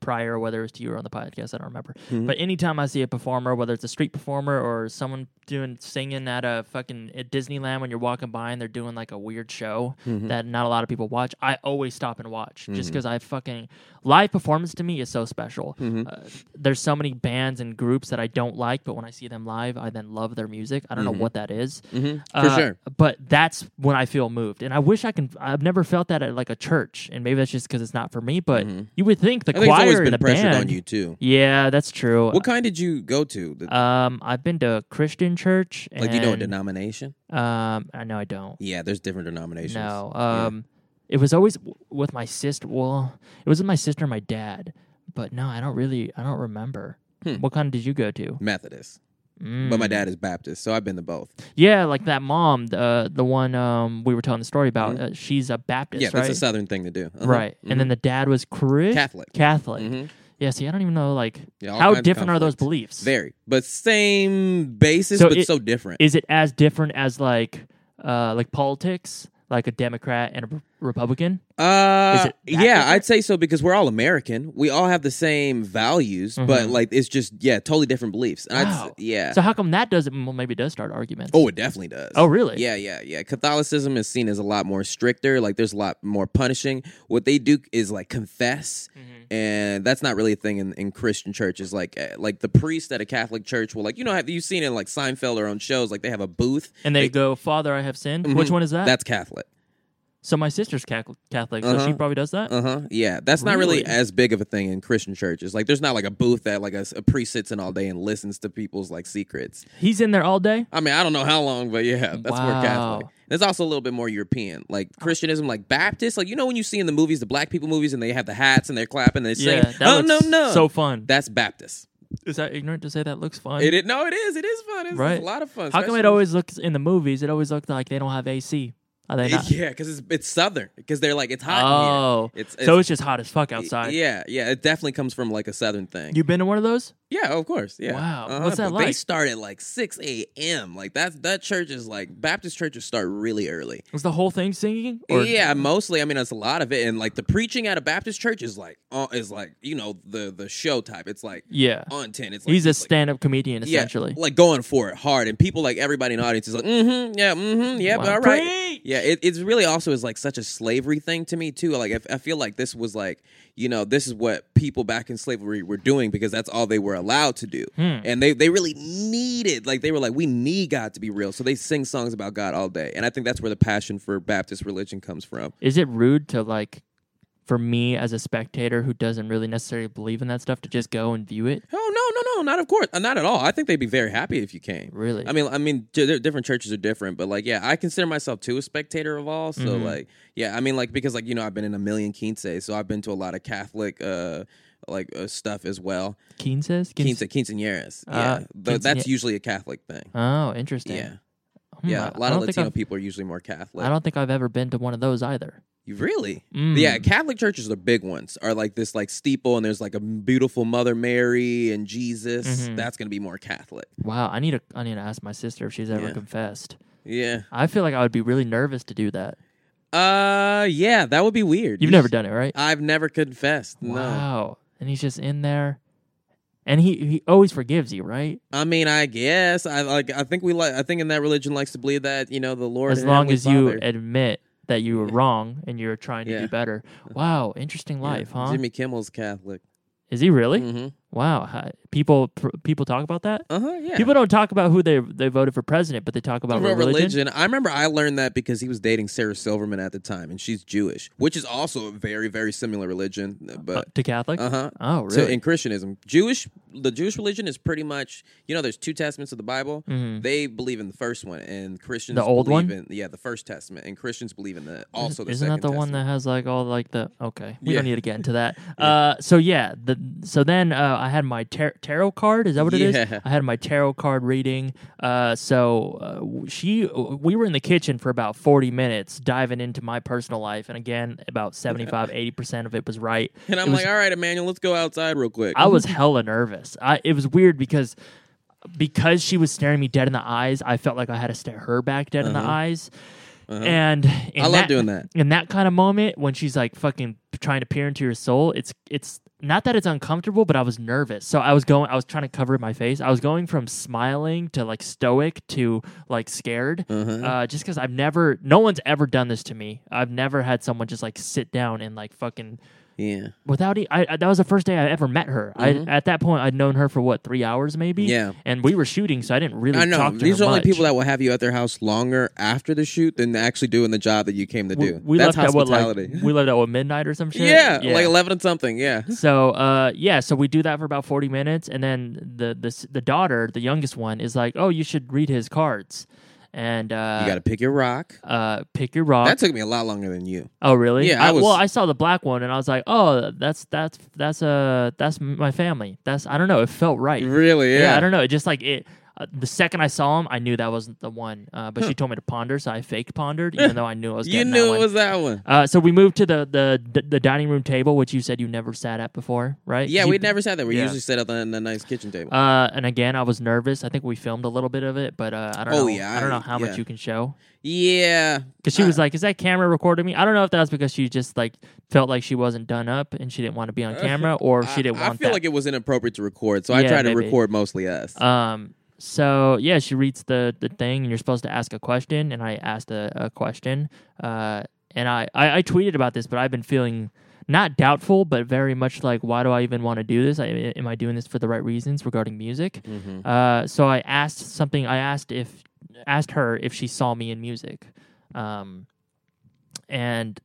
Speaker 2: prior, whether it was to you or on the podcast, I don't remember. But anytime I see a performer, whether it's a street performer or someone doing singing at a fucking at Disneyland when you're walking by and they're doing like a weird show that not a lot of people watch, I always stop and watch just because I fucking live performance to me is so special. Uh, there's so many bands and groups that I don't like, but when I see them live, I then love their music. I don't know what that is.
Speaker 3: For sure.
Speaker 2: Uh, But that's when I feel moved, and I wish I can. I've never felt that at like a church, and maybe that's just because it's not for me. But you would think the
Speaker 3: Mm-hmm. I think it's
Speaker 2: choir
Speaker 3: always
Speaker 2: you're in
Speaker 3: been
Speaker 2: a
Speaker 3: pressured
Speaker 2: band-
Speaker 3: on you too.
Speaker 2: Yeah, that's true.
Speaker 3: What kind did you go to? The-
Speaker 2: um, I've been to a Christian church. And,
Speaker 3: like, do you know a denomination?
Speaker 2: Um, I know I don't.
Speaker 3: Yeah, there's different denominations.
Speaker 2: No.
Speaker 3: Yeah.
Speaker 2: Um, it was always w- with my sister. Well, it was with my sister and my dad. But no, I don't really. I don't remember.
Speaker 3: Hmm.
Speaker 2: What kind did you go to?
Speaker 3: Methodist,
Speaker 2: Mm.
Speaker 3: but my dad is Baptist, so I've been to both.
Speaker 2: Yeah, like that mom, the the one um we were telling the story about. Uh, she's a Baptist,
Speaker 3: Mm-hmm. yeah,
Speaker 2: right?
Speaker 3: that's a Southern thing to do. Uh-huh.
Speaker 2: Right.
Speaker 3: Mhm.
Speaker 2: And then the dad was Chris?
Speaker 3: Catholic.
Speaker 2: Catholic.
Speaker 3: Mhm.
Speaker 2: Yeah, see, I don't even know like
Speaker 3: Yeah, all
Speaker 2: how
Speaker 3: kinds of
Speaker 2: different are those
Speaker 3: conflict.
Speaker 2: beliefs?
Speaker 3: Mm-hmm. Very, but same basis,
Speaker 2: So
Speaker 3: but
Speaker 2: it-
Speaker 3: so different.
Speaker 2: Is it as different as like uh like politics, like a Democrat and a Re- Republican?
Speaker 3: Uh,
Speaker 2: Is it that
Speaker 3: yeah,
Speaker 2: different?
Speaker 3: I'd say so because we're all American. We all have the same values, but like it's just yeah, totally different beliefs. And I'd, s-
Speaker 2: Mm-hmm. Wow.
Speaker 3: yeah.
Speaker 2: So how come that doesn't well maybe it does start arguments?
Speaker 3: oh, it definitely does.
Speaker 2: Oh, really?
Speaker 3: Yeah, yeah, yeah. Catholicism is seen as a lot more stricter. Like there's a lot more punishing. What they do is like confess,
Speaker 2: Mm-hmm.
Speaker 3: and that's not really a thing in, in Christian churches. Like eh, like the priest at a Catholic church will like you know have you seen in like Seinfeld or on shows like they have a booth.
Speaker 2: And they
Speaker 3: They-
Speaker 2: go, "Father, I have sinned." Which
Speaker 3: Mhm.
Speaker 2: one is that?
Speaker 3: That's Catholic.
Speaker 2: so my sister's Cath- Catholic, so she
Speaker 3: Uh-huh.
Speaker 2: probably does that.
Speaker 3: Uh huh. Yeah, that's not really
Speaker 2: Really?
Speaker 3: as big of a thing in Christian churches. Like, there's not like a booth that like a, a priest sits in all day and listens to people's like secrets.
Speaker 2: He's in there all day.
Speaker 3: I mean, I don't know how long, but yeah, that's more Catholic.
Speaker 2: Wow. Oh.
Speaker 3: There's also a little bit more European, like Christianism, like Baptist. Like you know when you see in the movies the black people movies and they have the hats and they're clapping, they sing.
Speaker 2: Yeah, that
Speaker 3: oh no
Speaker 2: looks
Speaker 3: no,
Speaker 2: so fun.
Speaker 3: that's Baptist.
Speaker 2: Is that ignorant to say that looks fun?
Speaker 3: It is no, it is it is fun. It's,
Speaker 2: Right.
Speaker 3: it's a lot of fun.
Speaker 2: How come it
Speaker 3: especially-
Speaker 2: always looks in the movies? It always looked like they don't have AC. Are they not?
Speaker 3: Yeah, because it's it's southern. Because they're like it's hot.
Speaker 2: Oh,
Speaker 3: in here. It's,
Speaker 2: so it's just hot as fuck outside.
Speaker 3: Yeah, yeah. It definitely comes from like a southern thing.
Speaker 2: You been to one of those?
Speaker 3: Yeah, of course. Yeah. Uh-huh,
Speaker 2: Wow. What's that
Speaker 3: but They
Speaker 2: like?
Speaker 3: start at like six a.m. Like that's that church is like Baptist churches start really early.
Speaker 2: Was the whole thing singing?
Speaker 3: yeah, mostly. I mean, that's a lot of it, and like the preaching at a Baptist church is like uh, is like you know the the show type. It's like
Speaker 2: yeah.
Speaker 3: on ten. It's like,
Speaker 2: He's a
Speaker 3: it's like-
Speaker 2: stand-up comedian
Speaker 3: yeah,
Speaker 2: essentially.
Speaker 3: like going for it hard, and people like everybody in the audience is like, mm-hmm, yeah, mm-hmm, yeah,
Speaker 2: Wow.
Speaker 3: all right,
Speaker 2: Preach!
Speaker 3: yeah. It, it's really also is like such a slavery thing to me too. Like I, I feel like this was like you know this is what people back in slavery were doing because that's all they were allowed to do,
Speaker 2: Hmm.
Speaker 3: and they they really needed like they were like we need God to be real, so they sing songs about God all day, and I think that's where the passion for Baptist religion comes from.
Speaker 2: Is it rude to like for me as a spectator who doesn't really necessarily believe in that stuff to just go and view it?
Speaker 3: Oh no no no not of course uh, not at all. I think they'd be very happy if you came.
Speaker 2: Really?
Speaker 3: I mean, I mean, di- di- different churches are different, but like, yeah, I consider myself too a spectator of all. So like, yeah, I mean, like because like you know I've been in a million quinces, so I've been to a lot of Catholic uh like uh, stuff as well.
Speaker 2: Keen says Keen-
Speaker 3: Quince, quinceañeras, yeah,
Speaker 2: Uh,
Speaker 3: Th- that's
Speaker 2: quinceañe-
Speaker 3: usually a Catholic thing.
Speaker 2: Oh, interesting.
Speaker 3: Yeah,
Speaker 2: Hmm,
Speaker 3: yeah,
Speaker 2: I- I
Speaker 3: a lot
Speaker 2: don't
Speaker 3: of
Speaker 2: think
Speaker 3: Latino
Speaker 2: I've-
Speaker 3: people are usually more Catholic.
Speaker 2: I don't think I've ever been to one of those either.
Speaker 3: You really?
Speaker 2: Mm.
Speaker 3: Yeah, Catholic churches the big ones. Are like this like steeple, and there's like a beautiful Mother Mary and Jesus.
Speaker 2: Mhm.
Speaker 3: That's gonna be more Catholic.
Speaker 2: Wow, I need to I need to ask my sister if she's ever
Speaker 3: Yeah.
Speaker 2: confessed.
Speaker 3: Yeah.
Speaker 2: I feel like I would be really nervous to do that.
Speaker 3: Uh, yeah, that would be weird.
Speaker 2: You've
Speaker 3: You
Speaker 2: never
Speaker 3: sh-
Speaker 2: done it, right?
Speaker 3: I've never confessed. No.
Speaker 2: Wow. And he's just in there. And he, he always forgives you, right?
Speaker 3: I mean, I guess I like. I think we like. I think in that religion likes to believe that you know the Lord.
Speaker 2: As
Speaker 3: and
Speaker 2: long
Speaker 3: Heavenly
Speaker 2: as you
Speaker 3: Father-
Speaker 2: admit that you were wrong and you're trying to
Speaker 3: Yeah.
Speaker 2: do better. Wow, interesting
Speaker 3: Yeah,
Speaker 2: life, huh?
Speaker 3: Jimmy Kimmel's Catholic.
Speaker 2: Is he really?
Speaker 3: Mm-hmm.
Speaker 2: Wow. hi- People pr- people talk about that?
Speaker 3: Uh huh. Yeah.
Speaker 2: People don't talk about who they they voted for president, but they talk about
Speaker 3: About
Speaker 2: religion.
Speaker 3: I remember I learned that because he was dating Sarah Silverman at the time, and she's Jewish, which is also a very, very similar religion.
Speaker 2: uh,
Speaker 3: But
Speaker 2: to Catholic?
Speaker 3: uh huh.
Speaker 2: Oh,
Speaker 3: So
Speaker 2: really?
Speaker 3: in Christianism, Jewish the Jewish religion is pretty much you know there's two testaments of the Bible. They believe in the first one, and Christians
Speaker 2: Mm-hmm. The old
Speaker 3: believe
Speaker 2: one?
Speaker 3: in yeah the first testament, and Christians believe in the also the
Speaker 2: Mm-hmm. Isn't that
Speaker 3: second
Speaker 2: the one
Speaker 3: testament.
Speaker 2: that has like all like the okay? We don't
Speaker 3: Yeah.
Speaker 2: need to get into that. Uh, so yeah, the so then uh, I had my tar- tarot card. Is that what it
Speaker 3: Yeah.
Speaker 2: is? I had my tarot card reading. Uh, so uh, w- she, we were in the kitchen for about forty minutes diving into my personal life, and again, about 75 80 percent of it was right.
Speaker 3: And I'm
Speaker 2: It was
Speaker 3: like, all right, Emmanuel, let's go outside real quick.
Speaker 2: I was hella nervous. I it was weird because because she was staring me dead in the eyes, I felt like I had to stare her back dead in the eyes. And in
Speaker 3: Uh-huh. I love doing that.
Speaker 2: In that kind of moment when she's like fucking trying to peer into your soul, it's it's not that it's uncomfortable, but I was nervous. So I was going I was trying to cover my face. I was going from smiling to like stoic to like scared.
Speaker 3: Uh-huh.
Speaker 2: Uh, just because I've never, no one's ever done this to me. I've never had someone just like sit down and like fucking
Speaker 3: Yeah.
Speaker 2: without e- I, I- that was the first day I ever met her. I at that point I'd known her for what three hours maybe.
Speaker 3: Mm-hmm. Yeah.
Speaker 2: and we were shooting, so I didn't really.
Speaker 3: I know.
Speaker 2: Talk to
Speaker 3: These
Speaker 2: her
Speaker 3: are only
Speaker 2: much.
Speaker 3: people that will have you at their house longer after the shoot than actually doing the job that you came to
Speaker 2: we,
Speaker 3: do.
Speaker 2: we
Speaker 3: That's
Speaker 2: left at what like
Speaker 3: hospitality.
Speaker 2: we left at what midnight or some shit.
Speaker 3: yeah, like eleven or something. Yeah.
Speaker 2: so uh yeah so we do that for about 40 minutes and then the the the daughter the youngest one is like oh you should read his cards and uh
Speaker 3: You got to pick your rock.
Speaker 2: uh pick your rock
Speaker 3: That took me a lot longer than you.
Speaker 2: oh really
Speaker 3: yeah, I was-
Speaker 2: well i saw the black one and i was like oh that's that's that's uh that's my family that's i don't know it felt right
Speaker 3: Really? Yeah.
Speaker 2: i don't know it just like it uh, the second I saw him, I knew that wasn't the one. Uh, but she told me to ponder, so I fake pondered, even though I knew I was.
Speaker 3: you
Speaker 2: getting
Speaker 3: knew
Speaker 2: that
Speaker 3: it
Speaker 2: one.
Speaker 3: was that one.
Speaker 2: Uh, so we moved to the, the the dining room table, which you said you never sat at before, right?
Speaker 3: Yeah,
Speaker 2: You-
Speaker 3: we'd never said that. We
Speaker 2: yeah.
Speaker 3: usually sat at the, the nice kitchen table.
Speaker 2: Uh, and again, I was nervous. I think we filmed a little bit of it, but uh, I don't
Speaker 3: Oh,
Speaker 2: know.
Speaker 3: yeah,
Speaker 2: I don't know
Speaker 3: I-
Speaker 2: how
Speaker 3: yeah.
Speaker 2: much you can show
Speaker 3: yeah.
Speaker 2: because she
Speaker 3: I-
Speaker 2: was like, "Is that camera recording me?" I don't know if that was because she just like felt like she wasn't done up and she didn't want to be on camera, or she didn't
Speaker 3: I,
Speaker 2: want
Speaker 3: I feel
Speaker 2: that.
Speaker 3: like it was inappropriate to record, so I
Speaker 2: Yeah,
Speaker 3: tried to
Speaker 2: maybe.
Speaker 3: record mostly us.
Speaker 2: um. So yeah, she reads the the thing, and you're supposed to ask a question, and I asked a, a question. Uh, and I, I I tweeted about this, but I've been feeling not doubtful, but very much like, why do I even want to do this? I, am I doing this for the right reasons regarding music?
Speaker 3: hmm
Speaker 2: Uh, so I asked something. I asked if asked her if she saw me in music, um, and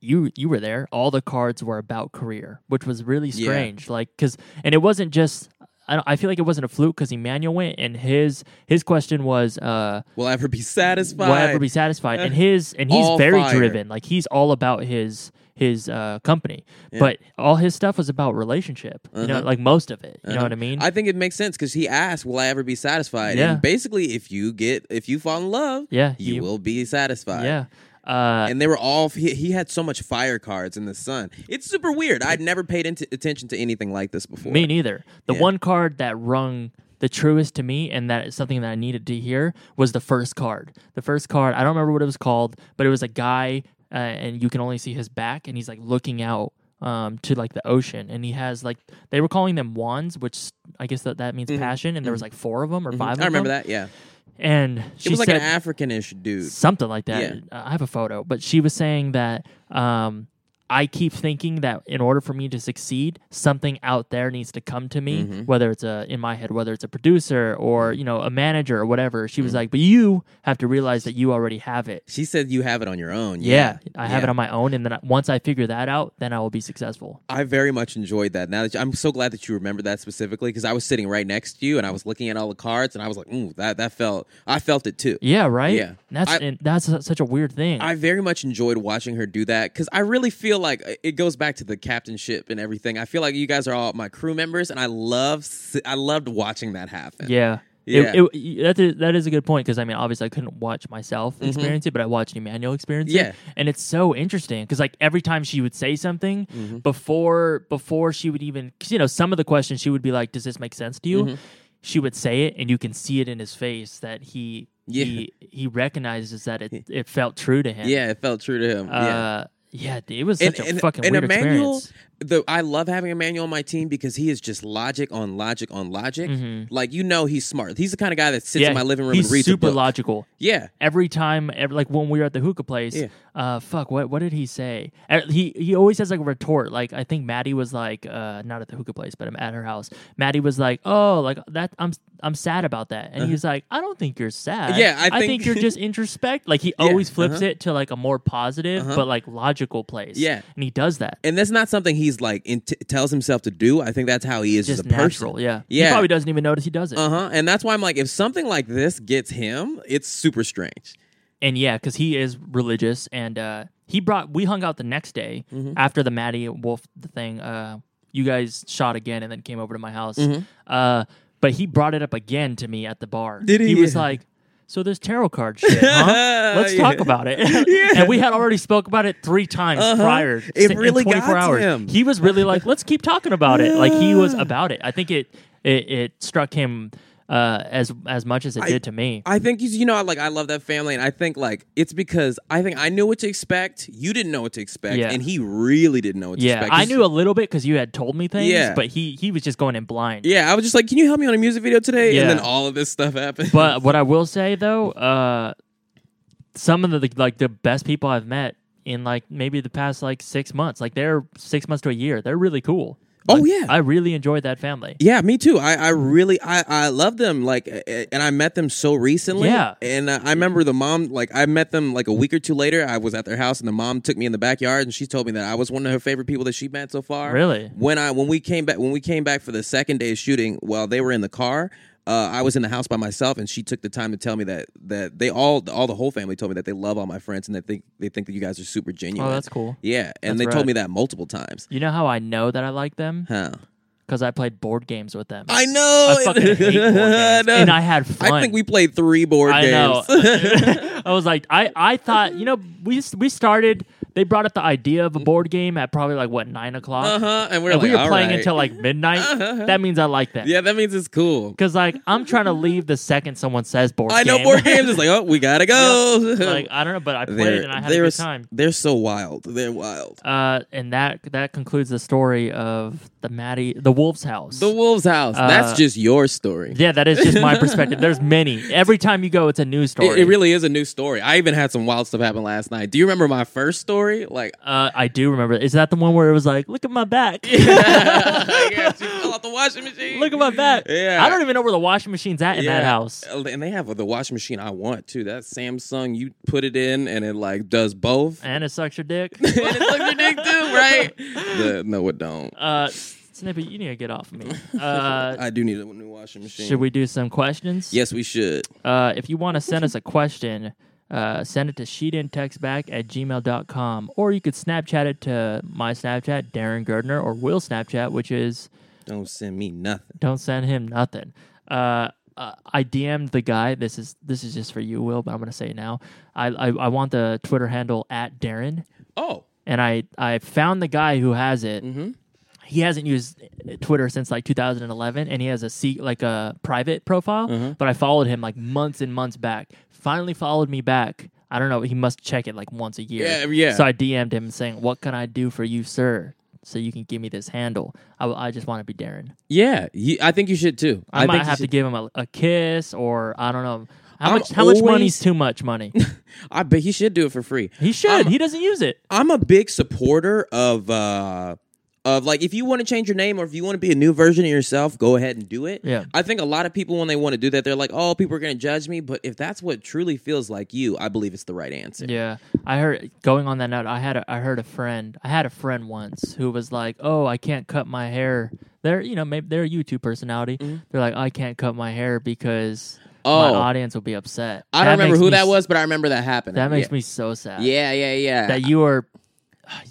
Speaker 2: you you were there. All the cards were about career, which was really
Speaker 3: Yeah.
Speaker 2: strange. Like because and it wasn't just. I, don't, I feel like it wasn't a fluke because Emmanuel went and his his question was uh,
Speaker 3: Will I ever be satisfied?
Speaker 2: will I ever be satisfied and his and he's
Speaker 3: All
Speaker 2: very
Speaker 3: fire.
Speaker 2: driven like he's all about his his uh, company but all his stuff was about relationship you know
Speaker 3: Uh-huh.
Speaker 2: like most of it you know
Speaker 3: Uh-huh.
Speaker 2: what I mean
Speaker 3: I think it makes sense because he asked, "Will I ever be satisfied?"
Speaker 2: Yeah.
Speaker 3: And basically, if you get if you fall in love,
Speaker 2: yeah
Speaker 3: you, will be satisfied.
Speaker 2: yeah uh,
Speaker 3: And they were all he, he had so much fire cards in the sun. It's super weird. I'd never paid into, attention to anything like this before.
Speaker 2: Me neither. The
Speaker 3: Yeah.
Speaker 2: one card that rung the truest to me and that is something that I needed to hear was the first card. The first card, I don't remember what it was called, but it was a guy uh, and you can only see his back and he's like looking out um, to like the ocean and he has like they were calling them wands, which I guess that, that means passion and there was like four of them or five of
Speaker 3: Mm-hmm. I remember
Speaker 2: them.
Speaker 3: that. Yeah,
Speaker 2: And she
Speaker 3: it was like
Speaker 2: said,
Speaker 3: an Africanish dude.
Speaker 2: something like that.
Speaker 3: Yeah.
Speaker 2: Uh, I have a photo, but she was saying that um, I keep thinking that in order for me to succeed, something out there needs to come to me,
Speaker 3: Mm-hmm.
Speaker 2: whether it's a in my head, whether it's a producer or you know a manager or whatever. She
Speaker 3: Mm-hmm.
Speaker 2: was like, but you have to realize that you already have it.
Speaker 3: She said you have it on your own.
Speaker 2: Yeah, I have it
Speaker 3: Yeah.
Speaker 2: on my own, and then I- once I figure that out, then I will be successful.
Speaker 3: I very much enjoyed that. Now that you- I'm so glad that you remember that specifically because I was sitting right next to you and I was looking at all the cards and I was like, "Ooh, that that felt." I felt it too.
Speaker 2: Yeah, right.
Speaker 3: Yeah.
Speaker 2: that's
Speaker 3: I-
Speaker 2: and that's su- such a weird thing.
Speaker 3: I very much enjoyed watching her do that because I really feel like uh, it goes back to the captainship and everything. I feel like you guys are all my crew members, and I love s- I loved watching that happen.
Speaker 2: yeah.
Speaker 3: Yeah.
Speaker 2: It, it, that, is, that is a good point because I mean, obviously, I couldn't watch myself
Speaker 3: Mm-hmm.
Speaker 2: experience it, but I watched Emmanuel experience it.
Speaker 3: Yeah.
Speaker 2: and it's so interesting because like every time she would say something
Speaker 3: Mm-hmm.
Speaker 2: before before she would even 'cause, you know some of the questions she would be like, "Does this make sense to
Speaker 3: Mm-hmm.
Speaker 2: you?" She would say it, and you can see it in his face that he
Speaker 3: Yeah.
Speaker 2: he he recognizes that it it felt true to him.
Speaker 3: yeah, it felt true to him. yeah.
Speaker 2: uh, yeah, dude, it was such a fucking weird
Speaker 3: Emmanuel,
Speaker 2: experience.
Speaker 3: The, I love having Emmanuel on my team because he is just logic on logic on logic. Like you know, he's smart. He's the kind of guy that
Speaker 2: Mm-hmm.
Speaker 3: sits
Speaker 2: yeah,
Speaker 3: in my living room
Speaker 2: he's
Speaker 3: and reads
Speaker 2: super
Speaker 3: a book.
Speaker 2: logical.
Speaker 3: yeah,
Speaker 2: every time every, like when we were at the hookah place
Speaker 3: Yeah.
Speaker 2: uh fuck what what did he say Uh, he he always has like a retort like i think maddie was like uh not at the hookah place but i'm at her house maddie was like oh like that i'm i'm sad about that and he was like i don't think you're sad
Speaker 3: Uh-huh. Yeah, I think- uh-huh.
Speaker 2: you're just introspect like he always flips it to like a more positive but like logical place
Speaker 3: Yeah.
Speaker 2: and he does that
Speaker 3: and that's not something he's like in tells himself to do. I think that's how he is
Speaker 2: just
Speaker 3: as a person.
Speaker 2: natural yeah
Speaker 3: Yeah.
Speaker 2: he probably doesn't even notice he does it
Speaker 3: Uh huh. And that's why I'm like, if something like this gets him, it's super strange.
Speaker 2: and yeah, because he is religious, and uh, he brought. We hung out the next day
Speaker 3: Mm-hmm.
Speaker 2: after the Maddie Wolf thing. Uh, you guys shot again, and then came over to my house.
Speaker 3: Mm-hmm.
Speaker 2: Uh, but he brought it up again to me at the bar.
Speaker 3: Did he?
Speaker 2: was like, "So there's tarot card shit, huh? Let's talk
Speaker 3: Yeah. Uh-huh.
Speaker 2: about it." and we had already spoke about it three times prior.
Speaker 3: It
Speaker 2: in
Speaker 3: really
Speaker 2: 24
Speaker 3: got to
Speaker 2: hours.
Speaker 3: him.
Speaker 2: He was really like, "Let's keep talking about it." Like he was about it. I think it it, it struck him. Uh, as as much as it did to me,
Speaker 3: I think he's, you know, I like I love that family, and I think like it's because I think I knew what to expect. You didn't know what to expect,
Speaker 2: Yeah.
Speaker 3: and he really didn't know what to
Speaker 2: Yeah,
Speaker 3: expect.
Speaker 2: I
Speaker 3: 'Cause-
Speaker 2: knew a little bit because you had told me things,
Speaker 3: Yeah.
Speaker 2: but he he was just going in blind.
Speaker 3: Yeah, I was just like, can you help me on a music video today?
Speaker 2: Yeah.
Speaker 3: And then all of this stuff happened.
Speaker 2: But what I will say though, uh, some of the like the best people I've met in like maybe the past like six months. Like they're six months to a year. They're really cool.
Speaker 3: Oh,
Speaker 2: Like,
Speaker 3: yeah.
Speaker 2: I really enjoyed that family.
Speaker 3: Yeah, me too. I, I
Speaker 2: Mm-hmm.
Speaker 3: really I, I love them. Like, uh, and I met them so recently.
Speaker 2: Yeah.
Speaker 3: and uh, I remember the mom. Like, I met them like a week or two later. I was at their house, and the mom took me in the backyard, and she told me that I was one of her favorite people that she met so far.
Speaker 2: Really?
Speaker 3: When I when we came back when we came back for the second day of shooting, while they were in the car. Uh, I was in the house by myself, and she took the time to tell me that that they all all the whole family told me that they love all my friends and that they they think that you guys are super genuine.
Speaker 2: Oh, that's cool.
Speaker 3: Yeah, and
Speaker 2: That's
Speaker 3: they told
Speaker 2: rad.
Speaker 3: me that multiple times.
Speaker 2: You know how I know that I like them?
Speaker 3: Huh.
Speaker 2: Because I played board games with them.
Speaker 3: I know.
Speaker 2: I fucking hate board games.
Speaker 3: know.
Speaker 2: And I had fun.
Speaker 3: I think we played three board
Speaker 2: I know.
Speaker 3: games.
Speaker 2: I was like, I, I thought, you know, we we started. They brought up the idea of a board game at probably like what nine o'clock,
Speaker 3: uh huh. And we were
Speaker 2: and
Speaker 3: like,
Speaker 2: we were
Speaker 3: "All
Speaker 2: playing
Speaker 3: right."
Speaker 2: until like midnight.
Speaker 3: Uh-huh.
Speaker 2: That means I like that.
Speaker 3: yeah, that means it's cool.
Speaker 2: Because like I'm trying to leave the second someone says board.
Speaker 3: I know
Speaker 2: game.
Speaker 3: board games is like, oh, we gotta go.
Speaker 2: like I don't know, but I played
Speaker 3: they're
Speaker 2: and I had a
Speaker 3: they're
Speaker 2: good
Speaker 3: s-
Speaker 2: time.
Speaker 3: They're so wild. They're wild.
Speaker 2: Uh, and that that concludes the story of the Maddie, the Wolf's house.
Speaker 3: The Wolves House. that's
Speaker 2: Uh,
Speaker 3: just your story.
Speaker 2: yeah, that is just my perspective. There's many. Every time you go, it's a news story.
Speaker 3: It, it really is a new story. I even had some wild stuff happen last night. Do you remember my first story? Like,
Speaker 2: Uh, I do remember. Is that the one where it was like, look at my back?
Speaker 3: yeah, she fell out the washing machine.
Speaker 2: Look at my back.
Speaker 3: Yeah.
Speaker 2: I don't even know where the washing machine's at in that
Speaker 3: Yeah. Oh,
Speaker 2: house.
Speaker 3: And they have the washing machine I want too. That Samsung, you put it in and it like does both.
Speaker 2: And it sucks your dick.
Speaker 3: and it sucks your dick too, right? The- no, it don't.
Speaker 2: uh, Snippy, you need to get off of me. Uh,
Speaker 3: I do need a new washing machine.
Speaker 2: should we do some questions?
Speaker 3: Yes, we should.
Speaker 2: Uh, if you want to send us a question, uh, send it to sheetintextback at gmail.com. Or you could Snapchat it to my Snapchat, Darren Gardner, or Will Snapchat, which is
Speaker 3: Don't send me nothing.
Speaker 2: don't send him nothing. Uh, uh, I DM'd the guy. This is this is just for you, Will, but I'm gonna say it now. I, I I want the Twitter handle at Darren,
Speaker 3: Oh,
Speaker 2: and I I found the guy who has it.
Speaker 3: Mm-hmm.
Speaker 2: He hasn't used Twitter since like 2011, and he has a C, like a private profile.
Speaker 3: Mm-hmm.
Speaker 2: But I followed him like months and months back. Finally, followed me back. I don't know. He must check it like once a year.
Speaker 3: Yeah, yeah.
Speaker 2: So I DM'd him saying, "What can I do for you, sir?" So you can give me this handle. I, I just want to be Darren.
Speaker 3: yeah. You, I think you should too.
Speaker 2: I,
Speaker 3: think
Speaker 2: might
Speaker 3: you
Speaker 2: have to
Speaker 3: should-
Speaker 2: give him a, a kiss or I don't know. How
Speaker 3: I'm
Speaker 2: much how much money's
Speaker 3: always-
Speaker 2: too much money?
Speaker 3: I bet he should do it for free.
Speaker 2: He should.
Speaker 3: I'm-
Speaker 2: he doesn't use it.
Speaker 3: I'm a big supporter of uh of like if you want to change your name or if you want to be a new version of yourself, go ahead and do it.
Speaker 2: Yeah.
Speaker 3: I think a lot of people when they want to do that, they're like, "Oh, people are going to judge me," but if that's what truly feels like you, I believe it's the right answer.
Speaker 2: Yeah. I heard going on that note, I had a, I heard a friend. I had a friend once who was like, "Oh, I can't cut my hair." They're, you know, maybe they're a YouTube personality. They're like, "I can't cut my hair because
Speaker 3: Mm-hmm. Oh.
Speaker 2: my audience will be upset."
Speaker 3: I don't
Speaker 2: That
Speaker 3: remember
Speaker 2: makes
Speaker 3: who
Speaker 2: me
Speaker 3: that
Speaker 2: s-
Speaker 3: was, but I remember that happened.
Speaker 2: That makes
Speaker 3: yeah.
Speaker 2: me so sad.
Speaker 3: Yeah, yeah, yeah.
Speaker 2: That you are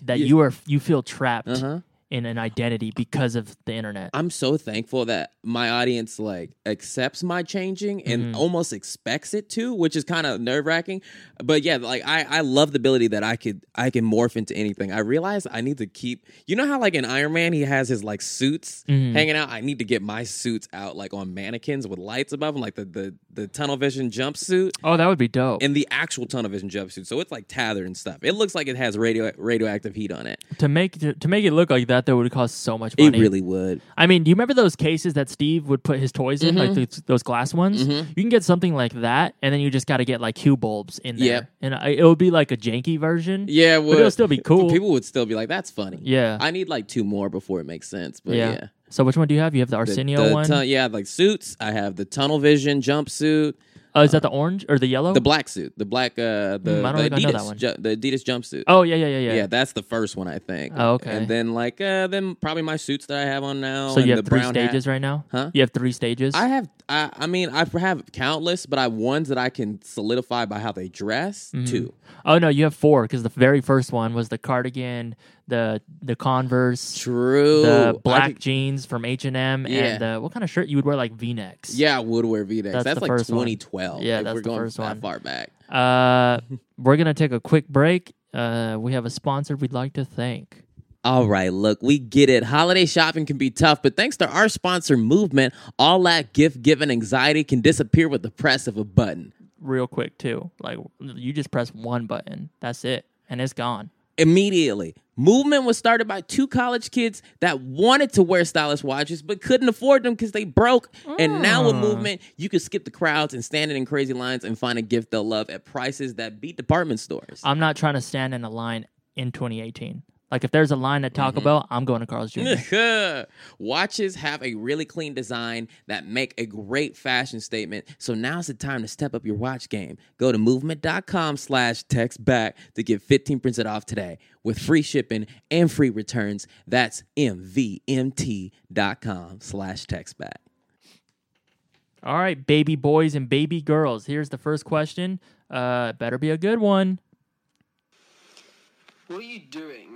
Speaker 2: that
Speaker 3: Yeah.
Speaker 2: you are you feel trapped
Speaker 3: Uh-huh.
Speaker 2: in an identity because of the internet.
Speaker 3: I'm so thankful that my audience like accepts my changing and
Speaker 2: Mm-hmm.
Speaker 3: almost expects it to, which is kind of nerve wracking. But yeah, like I, I love the ability that I could I can morph into anything. I realize I need to keep you know how like in Iron Man he has his like suits
Speaker 2: Mm-hmm.
Speaker 3: hanging out. I need to get my suits out like on mannequins with lights above them, like the the, the tunnel vision jumpsuit
Speaker 2: Oh, that would be dope.
Speaker 3: and the actual tunnel vision jumpsuit. So it's like tattered and stuff. It looks like it has radio radioactive heat on it.
Speaker 2: to make to, to make it look like that, that would cost so much
Speaker 3: It
Speaker 2: money.
Speaker 3: really would.
Speaker 2: I mean, do you remember those cases that Steve would put his toys in,
Speaker 3: Mm-hmm.
Speaker 2: like those, those glass ones? You can get something like that, and then you just got to get like Hue bulbs in there,
Speaker 3: Yep.
Speaker 2: and I, it would be like a janky version.
Speaker 3: Yeah, it
Speaker 2: but it'll still be cool.
Speaker 3: People would still be like, "That's funny."
Speaker 2: Yeah.
Speaker 3: I need like two more before it makes sense. But
Speaker 2: yeah.
Speaker 3: yeah,
Speaker 2: So which one do you have? You have the
Speaker 3: The-
Speaker 2: Arsenio
Speaker 3: the
Speaker 2: one.
Speaker 3: tun- yeah, like suits. I have the tunnel vision jumpsuit,
Speaker 2: oh, is that the orange or the yellow?
Speaker 3: uh, the black suit, the black, uh, the,
Speaker 2: Mm, I don't
Speaker 3: the
Speaker 2: think I know
Speaker 3: Adidas,
Speaker 2: that one.
Speaker 3: ju- the Adidas jumpsuit.
Speaker 2: oh yeah, yeah, yeah, yeah.
Speaker 3: Yeah. that's the first one I think.
Speaker 2: Oh, okay.
Speaker 3: And then like uh, then probably my suits that I have on now.
Speaker 2: so
Speaker 3: and
Speaker 2: you
Speaker 3: the
Speaker 2: have three
Speaker 3: brown hat.
Speaker 2: stages right now.
Speaker 3: Huh?
Speaker 2: You have three stages.
Speaker 3: I have, I, I mean, I have countless, but I have ones that I can solidify by how they dress. Two,
Speaker 2: oh no, you have four because the very first one was the cardigan, the the Converse,
Speaker 3: true.
Speaker 2: the black
Speaker 3: I could-
Speaker 2: jeans from H and M,
Speaker 3: Yeah.
Speaker 2: and the what kind of shirt you would wear like V necks.
Speaker 3: yeah, I would wear V-Dex.
Speaker 2: That's
Speaker 3: That's,
Speaker 2: the
Speaker 3: like
Speaker 2: first one.
Speaker 3: 2012.
Speaker 2: Yeah,
Speaker 3: if
Speaker 2: that's
Speaker 3: we're
Speaker 2: the
Speaker 3: going
Speaker 2: first
Speaker 3: that
Speaker 2: one.
Speaker 3: far back.
Speaker 2: Uh, we're gonna take a quick break. Uh, we have a sponsor we'd like to thank.
Speaker 3: All right, look, we get it. Holiday shopping can be tough, but thanks to our sponsor, Movement, all that gift giving anxiety can disappear with the press of a button.
Speaker 2: Real quick too, like you just press one button, that's it, and it's gone.
Speaker 3: immediately. Movement was started by two college kids that wanted to wear stylish watches but couldn't afford them because they broke. And now with Movement, you can skip the crowds and stand in crazy lines and find a gift they'll love at prices that beat department stores.
Speaker 2: I'm not trying to stand in a line in 2018. Like if there's a line at Taco Bell, I'm going to Carl's Jr.
Speaker 3: Watches have a really clean design that make a great fashion statement. So now's the time to step up your watch game. Go to movement.com slash text back to get 15% off today with free shipping and free returns. That's mvmt.com slash text back.
Speaker 2: All right, baby boys and baby girls. Here's the first question. Uh, better be a good one.
Speaker 4: What are you doing?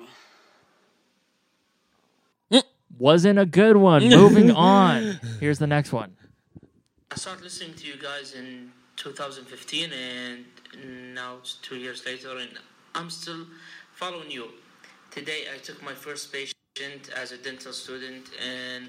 Speaker 2: Wasn't a good one. Moving on. Here's the next one.
Speaker 5: I started listening to you guys in 2015, and now it's two years later, and I'm still following you. Today, I took my first patient as a dental student, and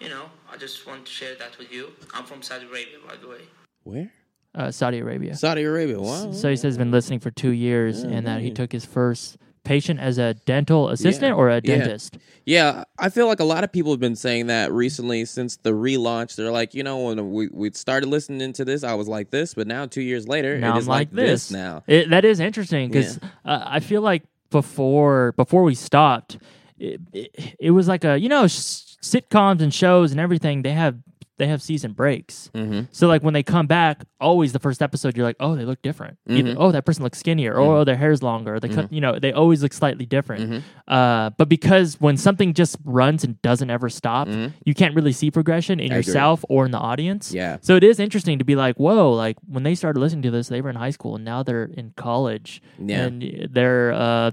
Speaker 5: you know, I just want to share that with you. I'm from Saudi Arabia, by the way.
Speaker 3: Where?
Speaker 2: Uh, Saudi Arabia.
Speaker 3: Saudi Arabia. Wow.
Speaker 2: So he says he's been listening for two years and that he took his first patient as a dental assistant
Speaker 3: Yeah.
Speaker 2: or a
Speaker 3: Yeah.
Speaker 2: dentist.
Speaker 3: Yeah, I feel like a lot of people have been saying that recently since the relaunch. They're like, you know, when we, we started listening to this, I was like this, but now two years later,
Speaker 2: Now
Speaker 3: it
Speaker 2: I'm
Speaker 3: is
Speaker 2: like this.
Speaker 3: now.
Speaker 2: It, that is interesting because uh, I feel like before before we stopped, it, it, it was like a you know s- sitcoms and shows and everything. They have they have season breaks.
Speaker 3: Mm-hmm.
Speaker 2: So like when they come back, always the first episode you're like, oh, they look different.
Speaker 3: Mm-hmm.
Speaker 2: Either, oh, that person looks skinnier. Or oh, their hair's longer. They cut, you know, they always look slightly different.
Speaker 3: Mm-hmm.
Speaker 2: Uh, but because when something just runs and doesn't ever stop, you can't really see progression in
Speaker 3: Mm-hmm. I agree.
Speaker 2: yourself or in the audience.
Speaker 3: Yeah.
Speaker 2: So it is interesting to be like, whoa, like when they started listening to this, they were in high school and now they're in college.
Speaker 3: Yeah.
Speaker 2: And they're uh,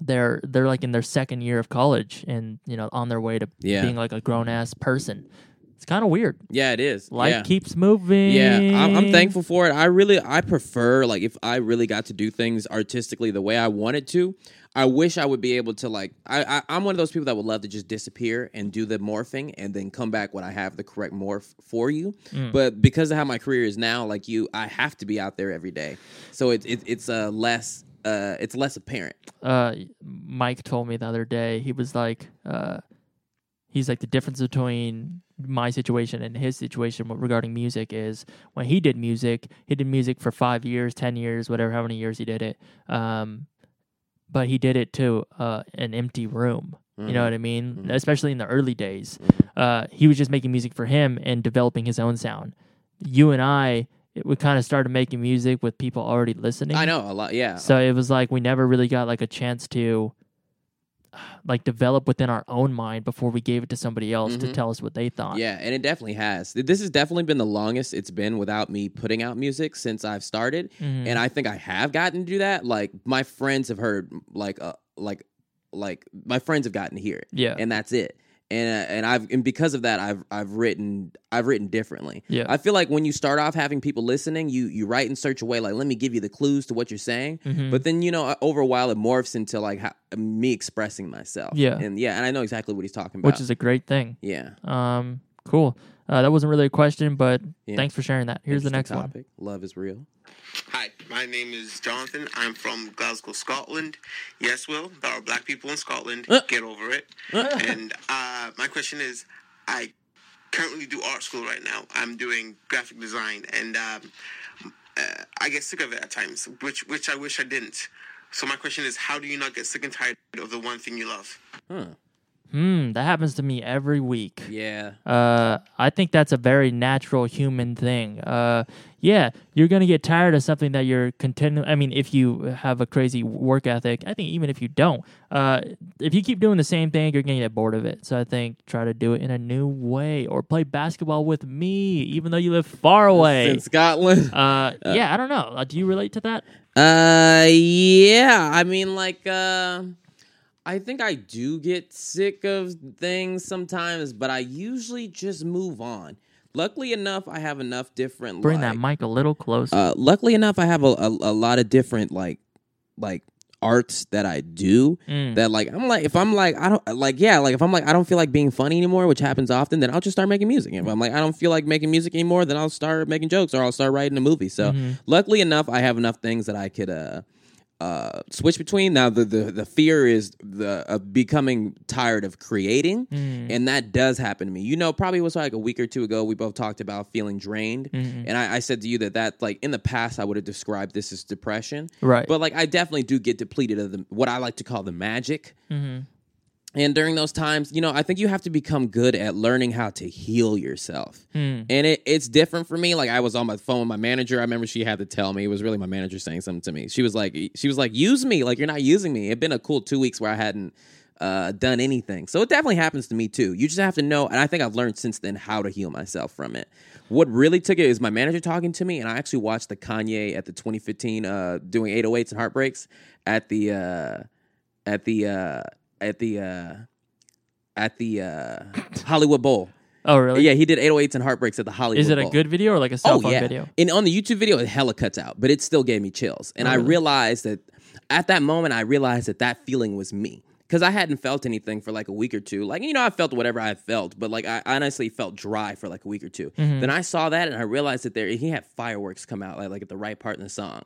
Speaker 2: they're they're like in their second year of college and you know on their way to
Speaker 3: Yeah.
Speaker 2: being like a grown ass person. It's kind of weird.
Speaker 3: Yeah, it is.
Speaker 2: Life
Speaker 3: yeah.
Speaker 2: keeps moving.
Speaker 3: Yeah, I'm, I'm thankful for it. I really, I prefer like if I really got to do things artistically the way I wanted to. I wish I would be able to like. I, I I'm one of those people that would love to just disappear and do the morphing and then come back when I have the correct morph for you. But because of how my career is now, like you, I have to be out there every day. So it, it it's uh, less uh it's less apparent.
Speaker 2: Uh, Mike told me the other day. He was like, uh, he's like the difference between my situation and his situation regarding music is when he did music, he did music for five years, ten years, whatever, how many years he did it. Um, but he did it to uh, an empty room. You know what I mean? Especially in the early days, uh, he was just making music for him and developing his own sound. You and I, it, we kind of started making music with people already listening.
Speaker 3: I know a lot. Yeah,
Speaker 2: So it was like we never really got like a chance to like develop within our own mind before we gave it to somebody else to tell us what they thought.
Speaker 3: Mm-hmm. Yeah, and it definitely has. Th- This has definitely been the longest it's been without me putting out music since I've started,
Speaker 2: Mm-hmm.
Speaker 3: and I think I have gotten to do that. Like my friends have heard, like, uh, like, like my friends have gotten to hear it,
Speaker 2: Yeah.
Speaker 3: and that's it. And uh, and I've and because of that, I've I've written I've written differently.
Speaker 2: Yeah.
Speaker 3: I feel like when you start off having people listening, you you write in such a way like let me give you the clues to what you're saying,
Speaker 2: Mm-hmm.
Speaker 3: but then you know over a while it morphs into like how, me expressing myself.
Speaker 2: Yeah.
Speaker 3: and yeah, and I know exactly what he's talking about.
Speaker 2: Which is a great thing.
Speaker 3: yeah.
Speaker 2: Um cool. Uh, that wasn't really a question, but
Speaker 3: Yeah.
Speaker 2: thanks for sharing that. Here's the next
Speaker 3: Interesting
Speaker 2: one.
Speaker 3: topic. Love is real.
Speaker 6: Hi, my name is Jonathan. I'm from Glasgow, Scotland. Yes, Will, there are black people in Scotland. Get over it. and uh, my question is I currently do art school right now. I'm doing graphic design, and um, uh, I get sick of it at times, which, which I wish I didn't. So, my question is how do you not get sick and tired of the one thing you love?
Speaker 2: Hmm, that happens to me every week.
Speaker 3: Yeah.
Speaker 2: Uh, I think that's a very natural human thing. Uh, yeah, you're gonna get tired of something that you're continu I mean, if you have a crazy work ethic, I think even if you don't, uh, if you keep doing the same thing, you're gonna get bored of it. So I think try to do it in a new way, or play basketball with me, even though you live far away.
Speaker 3: In Scotland.
Speaker 2: Uh, yeah, I don't know. Uh, do you relate to that?
Speaker 3: Uh yeah, I mean like uh I think I do get sick of things sometimes, but I usually just move on. Luckily enough, I have enough different
Speaker 2: Bring
Speaker 3: like,
Speaker 2: that mic a little closer.
Speaker 3: uh, luckily enough, I have a, a, a lot of different like like arts that I do
Speaker 2: Mm.
Speaker 3: that like I'm like if I'm like I don't like yeah like if I'm like I don't feel like being funny anymore, which happens often, then I'll just start making music. If I'm like I don't feel like making music anymore, then
Speaker 2: mm-hmm,
Speaker 3: I'll start making jokes or I'll start writing a movie. So luckily enough, I have enough things that I could uh uh, switch between. Now the, the the fear is the of becoming tired of creating,
Speaker 2: Mm-hmm.
Speaker 3: and that does happen to me. You know, probably was like a week or two ago. We both talked about feeling drained,
Speaker 2: mm-hmm.
Speaker 3: and I, I said to you that that like in the past I would have described this as depression,
Speaker 2: Right.
Speaker 3: But like I definitely do get depleted of the what I like to call the magic.
Speaker 2: Mm-hmm,
Speaker 3: And during those times, you know, I think you have to become good at learning how to heal yourself.
Speaker 2: mm-hmm.
Speaker 3: And it, it's different for me. Like I was on my phone with my manager. I remember she had to tell me. It was really my manager saying something to me. She was like, she was like, use me. Like you're not using me. It'd been a cool two weeks where I hadn't uh, done anything. So it definitely happens to me too. You just have to know, and I think I've learned since then how to heal myself from it. What really took it is my manager talking to me, and I actually watched the Kanye at the 2015 uh, doing 808s and heartbreaks at the. Uh, at the uh at the uh at the uh Hollywood Bowl.
Speaker 2: Oh, really?
Speaker 3: Yeah, oh, he did 808s and heartbreaks at the Hollywood
Speaker 2: Is it a
Speaker 3: Bowl.
Speaker 2: good video or like a cell phone video?
Speaker 3: And on the YouTube video, it hella cuts out, but it still gave me chills. And I
Speaker 2: Oh,
Speaker 3: realized that at that moment, I realized that that feeling was me. Because I hadn't felt anything for like a week or two. Like, you know, I felt whatever I felt, but like I honestly felt dry for like a week or 2
Speaker 2: Mm-hmm.
Speaker 3: Then I saw that and I realized that there he had fireworks come out like, like at the right part in the song.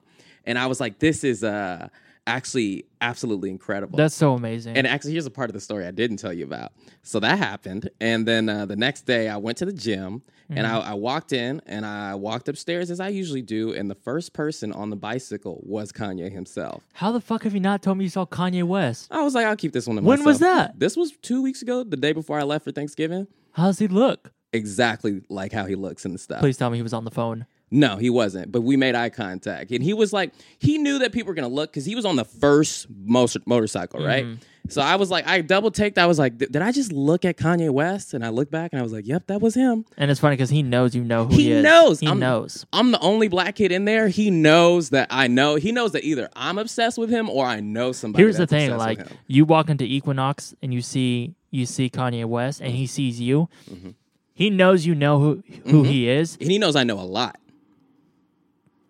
Speaker 3: And I was like, this is uh actually absolutely incredible.
Speaker 2: That's so amazing.
Speaker 3: And actually, here's a part of the story I didn't tell you about. So that happened, and then uh, the next day I went to the gym, and
Speaker 2: Mm-hmm.
Speaker 3: I, I walked in, and I walked upstairs as I usually do, and the first person on the bicycle was Kanye himself.
Speaker 2: How the fuck have you not told me you saw Kanye West?
Speaker 3: I was like, I'll keep this one to
Speaker 2: When
Speaker 3: myself.
Speaker 2: was that?
Speaker 3: This was two weeks ago, the day before I left for Thanksgiving.
Speaker 2: How's he look?
Speaker 3: Exactly like how he looks and stuff.
Speaker 2: Please tell me he was on the phone.
Speaker 3: No, he wasn't. But we made eye contact, and he was like, he knew that people were gonna look because he was on the first most motorcycle, right?
Speaker 2: Mm-hmm.
Speaker 3: So I was like, I double taked. I was like, did did I just look at Kanye West? And I looked back, and I was like, yep, that was him.
Speaker 2: And it's funny because he knows you know who he,
Speaker 3: He
Speaker 2: is.
Speaker 3: knows.
Speaker 2: He
Speaker 3: I'm-
Speaker 2: knows.
Speaker 3: I'm the only black kid in there. He knows that I know. He knows that either I'm obsessed with him or I know somebody.
Speaker 2: Here's the
Speaker 3: that's
Speaker 2: thing:
Speaker 3: obsessed
Speaker 2: like
Speaker 3: with him.
Speaker 2: you walk into Equinox and you see you see Kanye West, and he sees you.
Speaker 3: Mm-hmm.
Speaker 2: He knows you know who who he is,
Speaker 3: and he knows I know a lot.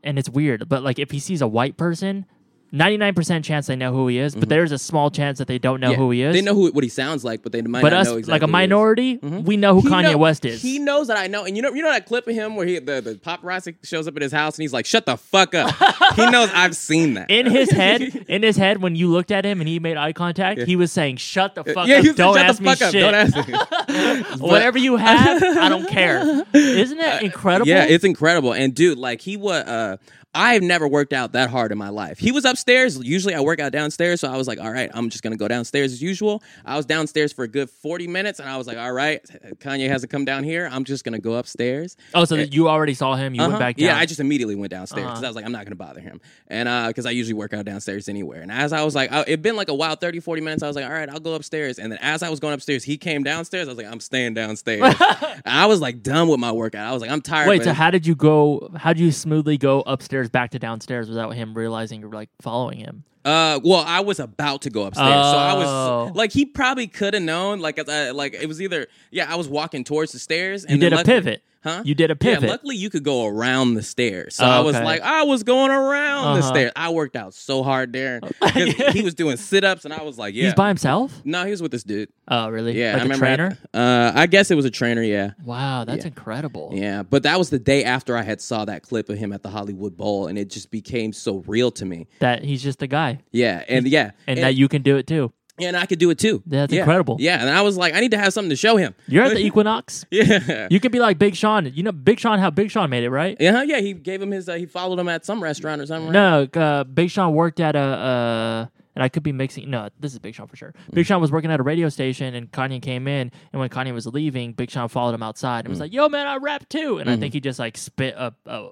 Speaker 2: and it's weird. But like if he sees a white person, ninety nine percent chance they know who he is, but there's a small chance that they don't know
Speaker 3: Mm-hmm. Yeah.
Speaker 2: who he is.
Speaker 3: They know who what he sounds like, but they might
Speaker 2: but
Speaker 3: not
Speaker 2: us,
Speaker 3: know exactly
Speaker 2: like a
Speaker 3: who he is. Mm-hmm.
Speaker 2: minority, we know who
Speaker 3: He
Speaker 2: Kanye
Speaker 3: know-
Speaker 2: West is.
Speaker 3: He knows that I know, and you know, you know that clip of him where he the, the paparazzi shows up at his house and he's like, "Shut the fuck up." he knows I've seen that.
Speaker 2: in his head, in his head, when you looked at him and he made eye contact, he was saying, "Shut the fuck up!
Speaker 3: he said,
Speaker 2: Don't
Speaker 3: "Shut
Speaker 2: ask
Speaker 3: the
Speaker 2: me
Speaker 3: fuck
Speaker 2: shit.
Speaker 3: up. Don't ask me. Uh,
Speaker 2: Whatever you have, I don't care." Isn't that incredible?
Speaker 3: Yeah, it's incredible. And dude, like he was. Uh, I've never worked out that hard in my life. He was upstairs. Usually, I work out downstairs. So I was like, "All right, I'm just gonna go downstairs as usual." I was downstairs for a good 40 minutes, and I was like, "All right, Kanye hasn't come down here. I'm just gonna go upstairs."
Speaker 2: oh, so you already saw him. You
Speaker 3: uh, Uh-huh.
Speaker 2: went back down. Uh-huh.
Speaker 3: Yeah, I just immediately went downstairs because I was like, I'm not going to bother him. And because I usually work out downstairs anywhere. And as I was like, I, it'd been like a while, 30, 40 minutes. I was like, all right, I'll go upstairs. And then as I was going upstairs, he came downstairs. I was like, I'm staying downstairs. And I was like, done with my workout. I was like, I'm tired.
Speaker 2: Wait,
Speaker 3: but
Speaker 2: so how did you go? How did you smoothly go upstairs back to downstairs without him realizing you're like following him?
Speaker 3: Uh, well, I was about to go upstairs, so I
Speaker 2: Oh.
Speaker 3: was like, he probably could have known. Like, as I, like it was either yeah, I was walking towards the stairs. And
Speaker 2: You
Speaker 3: then
Speaker 2: did a
Speaker 3: luckily-
Speaker 2: pivot,
Speaker 3: huh?
Speaker 2: You did a pivot.
Speaker 3: Yeah, luckily you could go around the stairs. So
Speaker 2: Oh,
Speaker 3: I was
Speaker 2: okay.
Speaker 3: like, I was going around the
Speaker 2: Uh-huh.
Speaker 3: stairs. I worked out so hard there. 'cause He was doing sit ups, and I was like, yeah.
Speaker 2: He's by himself.
Speaker 3: no, he was with this dude.
Speaker 2: Oh, really?
Speaker 3: Yeah, I
Speaker 2: like a
Speaker 3: remember.
Speaker 2: trainer.
Speaker 3: uh, I guess it was a trainer. Yeah,
Speaker 2: Wow, that's incredible.
Speaker 3: yeah. But that was the day after I had saw that clip of him at the Hollywood Bowl, and it just became so real to me.
Speaker 2: That he's just a guy,
Speaker 3: Yeah, and yeah,
Speaker 2: and, that you can do it too.
Speaker 3: and I could do it too.
Speaker 2: That's
Speaker 3: Yeah.
Speaker 2: incredible.
Speaker 3: Yeah, and I was like, I need to have something to show him.
Speaker 2: You're at the Equinox.
Speaker 3: Yeah.
Speaker 2: You could be like Big Sean. You know Big Sean, how Big Sean made it, right?
Speaker 3: Yeah, yeah, he gave him his. Uh, he followed him at some restaurant or something. right?
Speaker 2: No, uh, Big Sean worked at a, uh, and I could be mixing. No, this is Big Sean for sure.
Speaker 3: Hmm.
Speaker 2: Big Sean was working at a radio station, and Kanye came in. And when Kanye was leaving, Big Sean followed him outside and
Speaker 3: Hmm.
Speaker 2: was like, "Yo, man, I rap too." And I think he just like spit a, a,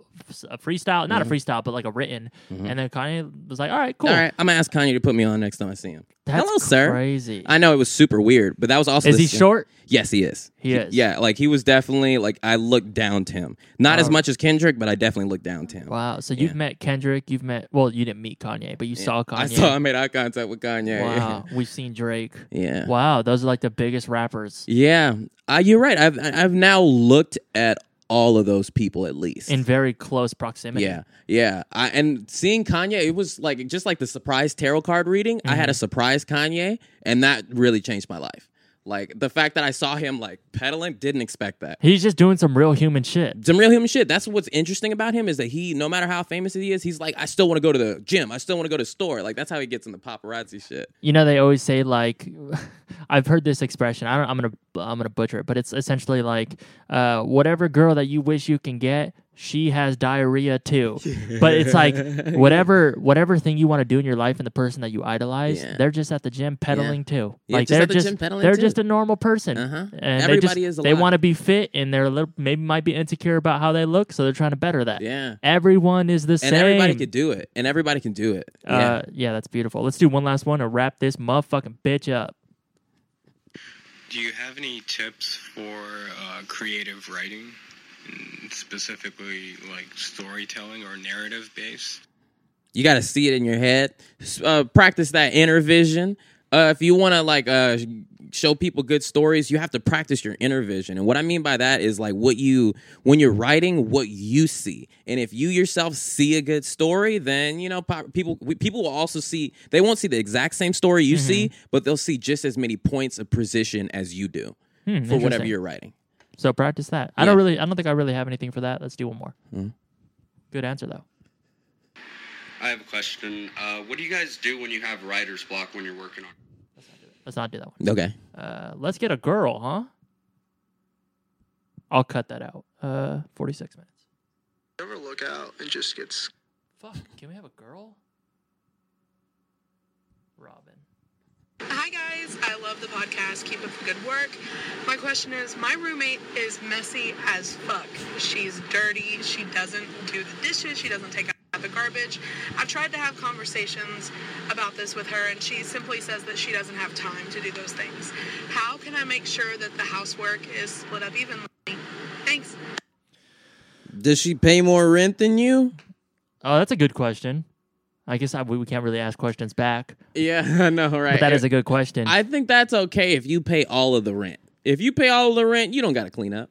Speaker 2: a freestyle,
Speaker 3: Hmm.
Speaker 2: not a freestyle, but like a written. And then Kanye was like, "All right, cool."
Speaker 3: All right, I'm gonna ask Kanye to put me on next time I see him.
Speaker 2: That's
Speaker 3: Hello, sir.
Speaker 2: Crazy.
Speaker 3: I know it was super weird, but that was also.
Speaker 2: is
Speaker 3: the
Speaker 2: he
Speaker 3: same-
Speaker 2: short?
Speaker 3: Yes, he is.
Speaker 2: He is.
Speaker 3: Yeah, like he was definitely like I looked down to him. Not as much as Kendrick, but I definitely looked down to him.
Speaker 2: Wow. So you've met Kendrick. You've met. Well, you didn't meet Kanye, but you saw Kanye.
Speaker 3: I saw I made eye contact with Kanye.
Speaker 2: Wow. We've seen Drake.
Speaker 3: Yeah.
Speaker 2: Wow. Those are like the biggest rappers.
Speaker 3: Yeah, uh, you're right. I've I've now looked at all of those people at least.
Speaker 2: in very close proximity.
Speaker 3: Yeah, yeah. I, and seeing Kanye, it was like
Speaker 2: Mm-hmm.
Speaker 3: just like the surprise tarot card reading. I had a surprise Kanye, and that really changed my life. Like the fact that I saw him like pedaling, didn't expect that.
Speaker 2: He's just doing some real human shit.
Speaker 3: Some real human shit. That's what's interesting about him is that he, no matter how famous he is, he's like, I still want to go to the gym. I still want to go to the store. Like that's how he gets in the paparazzi shit.
Speaker 2: you know they always say like i've heard this expression I don't, i'm gonna i'm gonna butcher it but it's essentially like uh, whatever girl that you wish you can get she has diarrhea too but it's like whatever whatever thing you want to do in your life and the person that you idolize
Speaker 3: Yeah.
Speaker 2: they're just at the gym pedaling too
Speaker 3: Yeah,
Speaker 2: like
Speaker 3: just at
Speaker 2: they're
Speaker 3: the
Speaker 2: just
Speaker 3: gym pedaling
Speaker 2: they're
Speaker 3: too.
Speaker 2: just a normal person
Speaker 3: Uh-huh.
Speaker 2: and
Speaker 3: Everybody
Speaker 2: they
Speaker 3: is
Speaker 2: just
Speaker 3: a
Speaker 2: they
Speaker 3: lot.
Speaker 2: want to be fit and they're a little maybe might be insecure about how they look so they're trying to better that
Speaker 3: Yeah.
Speaker 2: everyone is the same
Speaker 3: And everybody could do it. And everybody can do it.
Speaker 2: uh, yeah, that's beautiful. Let's do one last one to wrap this motherfucking bitch up.
Speaker 4: Do you have any tips for uh, creative writing, Mm, specifically like storytelling or narrative based?
Speaker 3: You got to see it in your head. S- Uh, practice that inner vision. Uh, if you want to like uh, sh- show people good stories, you have to practice your inner vision. And what I mean by that is like what you when you're writing, what you see. And if you yourself see a good story, then you know pop, people we, people will also see. They won't see the exact same story you see, but they'll see just as many points of precision as you do for whatever
Speaker 2: Hmm, interesting.
Speaker 3: you're writing.
Speaker 2: So practice that. I
Speaker 3: Yeah. Mm-hmm.
Speaker 2: don't really. I don't think I really have anything for that. Let's do one more. Good answer though.
Speaker 7: I have a question. Uh, what do you guys do when you have writer's block when you're working on?
Speaker 2: Let's not do that one.
Speaker 3: Okay.
Speaker 2: Uh, let's get a girl, huh? I'll cut that out. Uh, forty-six minutes.
Speaker 8: Ever look out and just gets
Speaker 2: Fuck. Can we have a girl? Robin.
Speaker 9: Hi, guys. I love the podcast. Keep up the good work. My question is my roommate is messy as fuck. She's dirty. She doesn't do the dishes. She doesn't take out the garbage. I've tried to have conversations about this with her, and she simply says that she doesn't have time to do those things. How can I make sure that the housework is split up evenly? Thanks.
Speaker 3: Does she pay more rent than you?
Speaker 2: Oh, that's a good question. I guess I, we, we can't really ask questions back,
Speaker 3: Yeah, I know, right?
Speaker 2: but that is a good question.
Speaker 3: I think that's okay if you pay all of the rent. If you pay all of the rent, you don't got to clean up.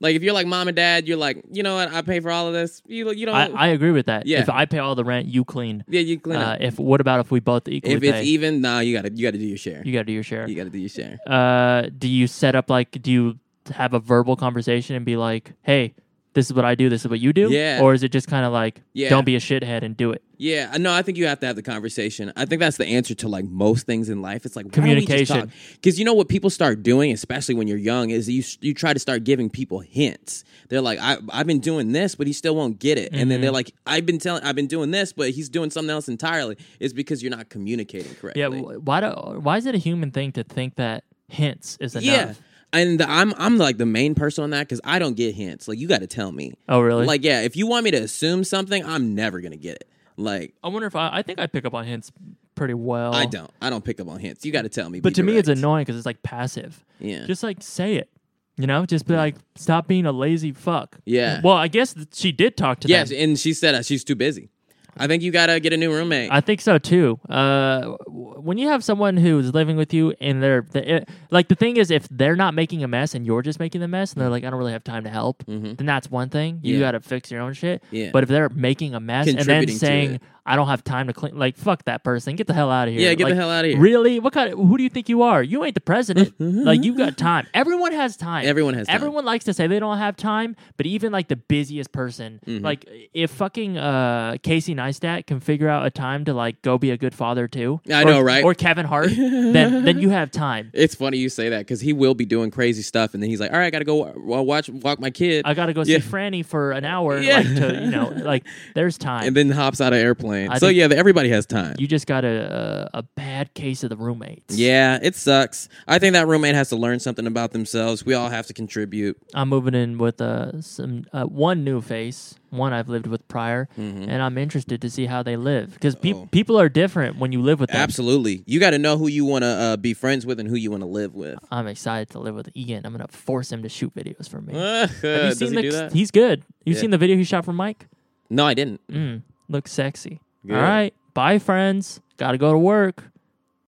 Speaker 3: Like if you're like mom and dad, you're like, you know what? I pay for all of this. You you don't.
Speaker 2: I, I agree with that.
Speaker 3: Yeah.
Speaker 2: If I pay all the rent, you clean.
Speaker 3: yeah, you clean
Speaker 2: Uh,
Speaker 3: up.
Speaker 2: if what about if we both equally
Speaker 3: If it's
Speaker 2: pay?
Speaker 3: even, nah, you gotta you gotta do your share.
Speaker 2: you got to do your share.
Speaker 3: You gotta do your share.
Speaker 2: uh, do you set up like do you have a verbal conversation and be like, "Hey, this is what I do. This is what you do,"
Speaker 3: Yeah.
Speaker 2: or is it just kind of like,
Speaker 3: Yeah.
Speaker 2: "Don't be a shithead and do it"?
Speaker 3: Yeah, I- no, I think you have to have the conversation. I think that's the answer to like most things in life. It's like
Speaker 2: Communication.
Speaker 3: Because you know what people start doing, especially when you're young, is you you try to start giving people hints. They're like, I I've been doing this, but he still won't get it. And then
Speaker 2: Mm-hmm.
Speaker 3: they're like, I've been telling, I've been doing this, but he's doing something else entirely. It's because you're not communicating correctly.
Speaker 2: Yeah. wh- Why do? Why is it a human thing to think that hints is enough?
Speaker 3: yeah. And the, I'm I'm like the main person on that because I don't get hints. Like you got to tell me.
Speaker 2: Oh, really?
Speaker 3: Like yeah, if you want me to assume something, I'm never gonna get it. Like
Speaker 2: I wonder if I. I think I pick up on hints pretty well.
Speaker 3: I don't. I don't pick up on hints. You got to tell me.
Speaker 2: Oh. But
Speaker 3: Be
Speaker 2: to me, it's
Speaker 3: direct.
Speaker 2: annoying because it's like passive.
Speaker 3: Yeah.
Speaker 2: Just like say it. You know, just be like, stop being a lazy fuck.
Speaker 3: Yeah.
Speaker 2: Well, I guess th- she did talk to
Speaker 3: Yes,
Speaker 2: them.
Speaker 3: and she said that she's too busy. I think you gotta get a new roommate.
Speaker 2: I think so too. Uh, w- when you have someone who's living with you and they're the, it, like the thing is, if they're not making a mess and you're just making the mess, and they're like, "I don't really have time to help," then that's one thing. You
Speaker 3: Mm-hmm. Yeah.
Speaker 2: got to fix your own shit.
Speaker 3: Yeah.
Speaker 2: But if they're making a mess and then
Speaker 3: Contributing to
Speaker 2: saying,
Speaker 3: it.
Speaker 2: "I don't have time to clean," like fuck that person, get the hell out of here.
Speaker 3: Yeah, get the
Speaker 2: Like,
Speaker 3: hell outta here.
Speaker 2: Really? What kind? Of, who do you think you are? You ain't the president. like you got time. Everyone has time.
Speaker 3: Everyone has time.
Speaker 2: Everyone likes to say they don't have time, but even like the busiest person,
Speaker 3: Mm-hmm.
Speaker 2: like if fucking uh, Casey Neistat can figure out a time to like go be a good father too,
Speaker 3: I
Speaker 2: or-
Speaker 3: know, right?
Speaker 2: Or Kevin Hart, then then you have time.
Speaker 3: it's funny you say that because he will be doing crazy stuff, and then he's like, "All right, I gotta go wa- wa- watch walk my kid,"
Speaker 2: I gotta go
Speaker 3: Yeah.
Speaker 2: see Franny for an hour,
Speaker 3: Yeah.
Speaker 2: like to you know, like there's time.
Speaker 3: and then hops out of airplane.
Speaker 2: I
Speaker 3: so
Speaker 2: think-
Speaker 3: yeah, the, everybody has time.
Speaker 2: you just got a a bad case of the roommates.
Speaker 3: yeah, it sucks. I think that roommate has to learn something about themselves. We all have to contribute.
Speaker 2: I'm moving in with uh, some uh, one new face, one I've lived with prior, and I'm interested to see how they live because peop
Speaker 3: Mm-hmm. Oh.
Speaker 2: people are different when you live with them.
Speaker 3: Absolutely, you got to know who you want to uh, be friends with and who you want to live with.
Speaker 2: I'm excited to live with Ian. I'm gonna force him to shoot videos for me.
Speaker 3: Have
Speaker 2: Have you
Speaker 3: Does
Speaker 2: seen
Speaker 3: he
Speaker 2: the,
Speaker 3: do that?
Speaker 2: He's good. You've
Speaker 3: Yeah.
Speaker 2: seen the video he shot for Mike?
Speaker 3: No, I didn't.
Speaker 2: Mm, looks sexy.
Speaker 3: Good.
Speaker 2: All right. Bye, friends. Gotta go to work.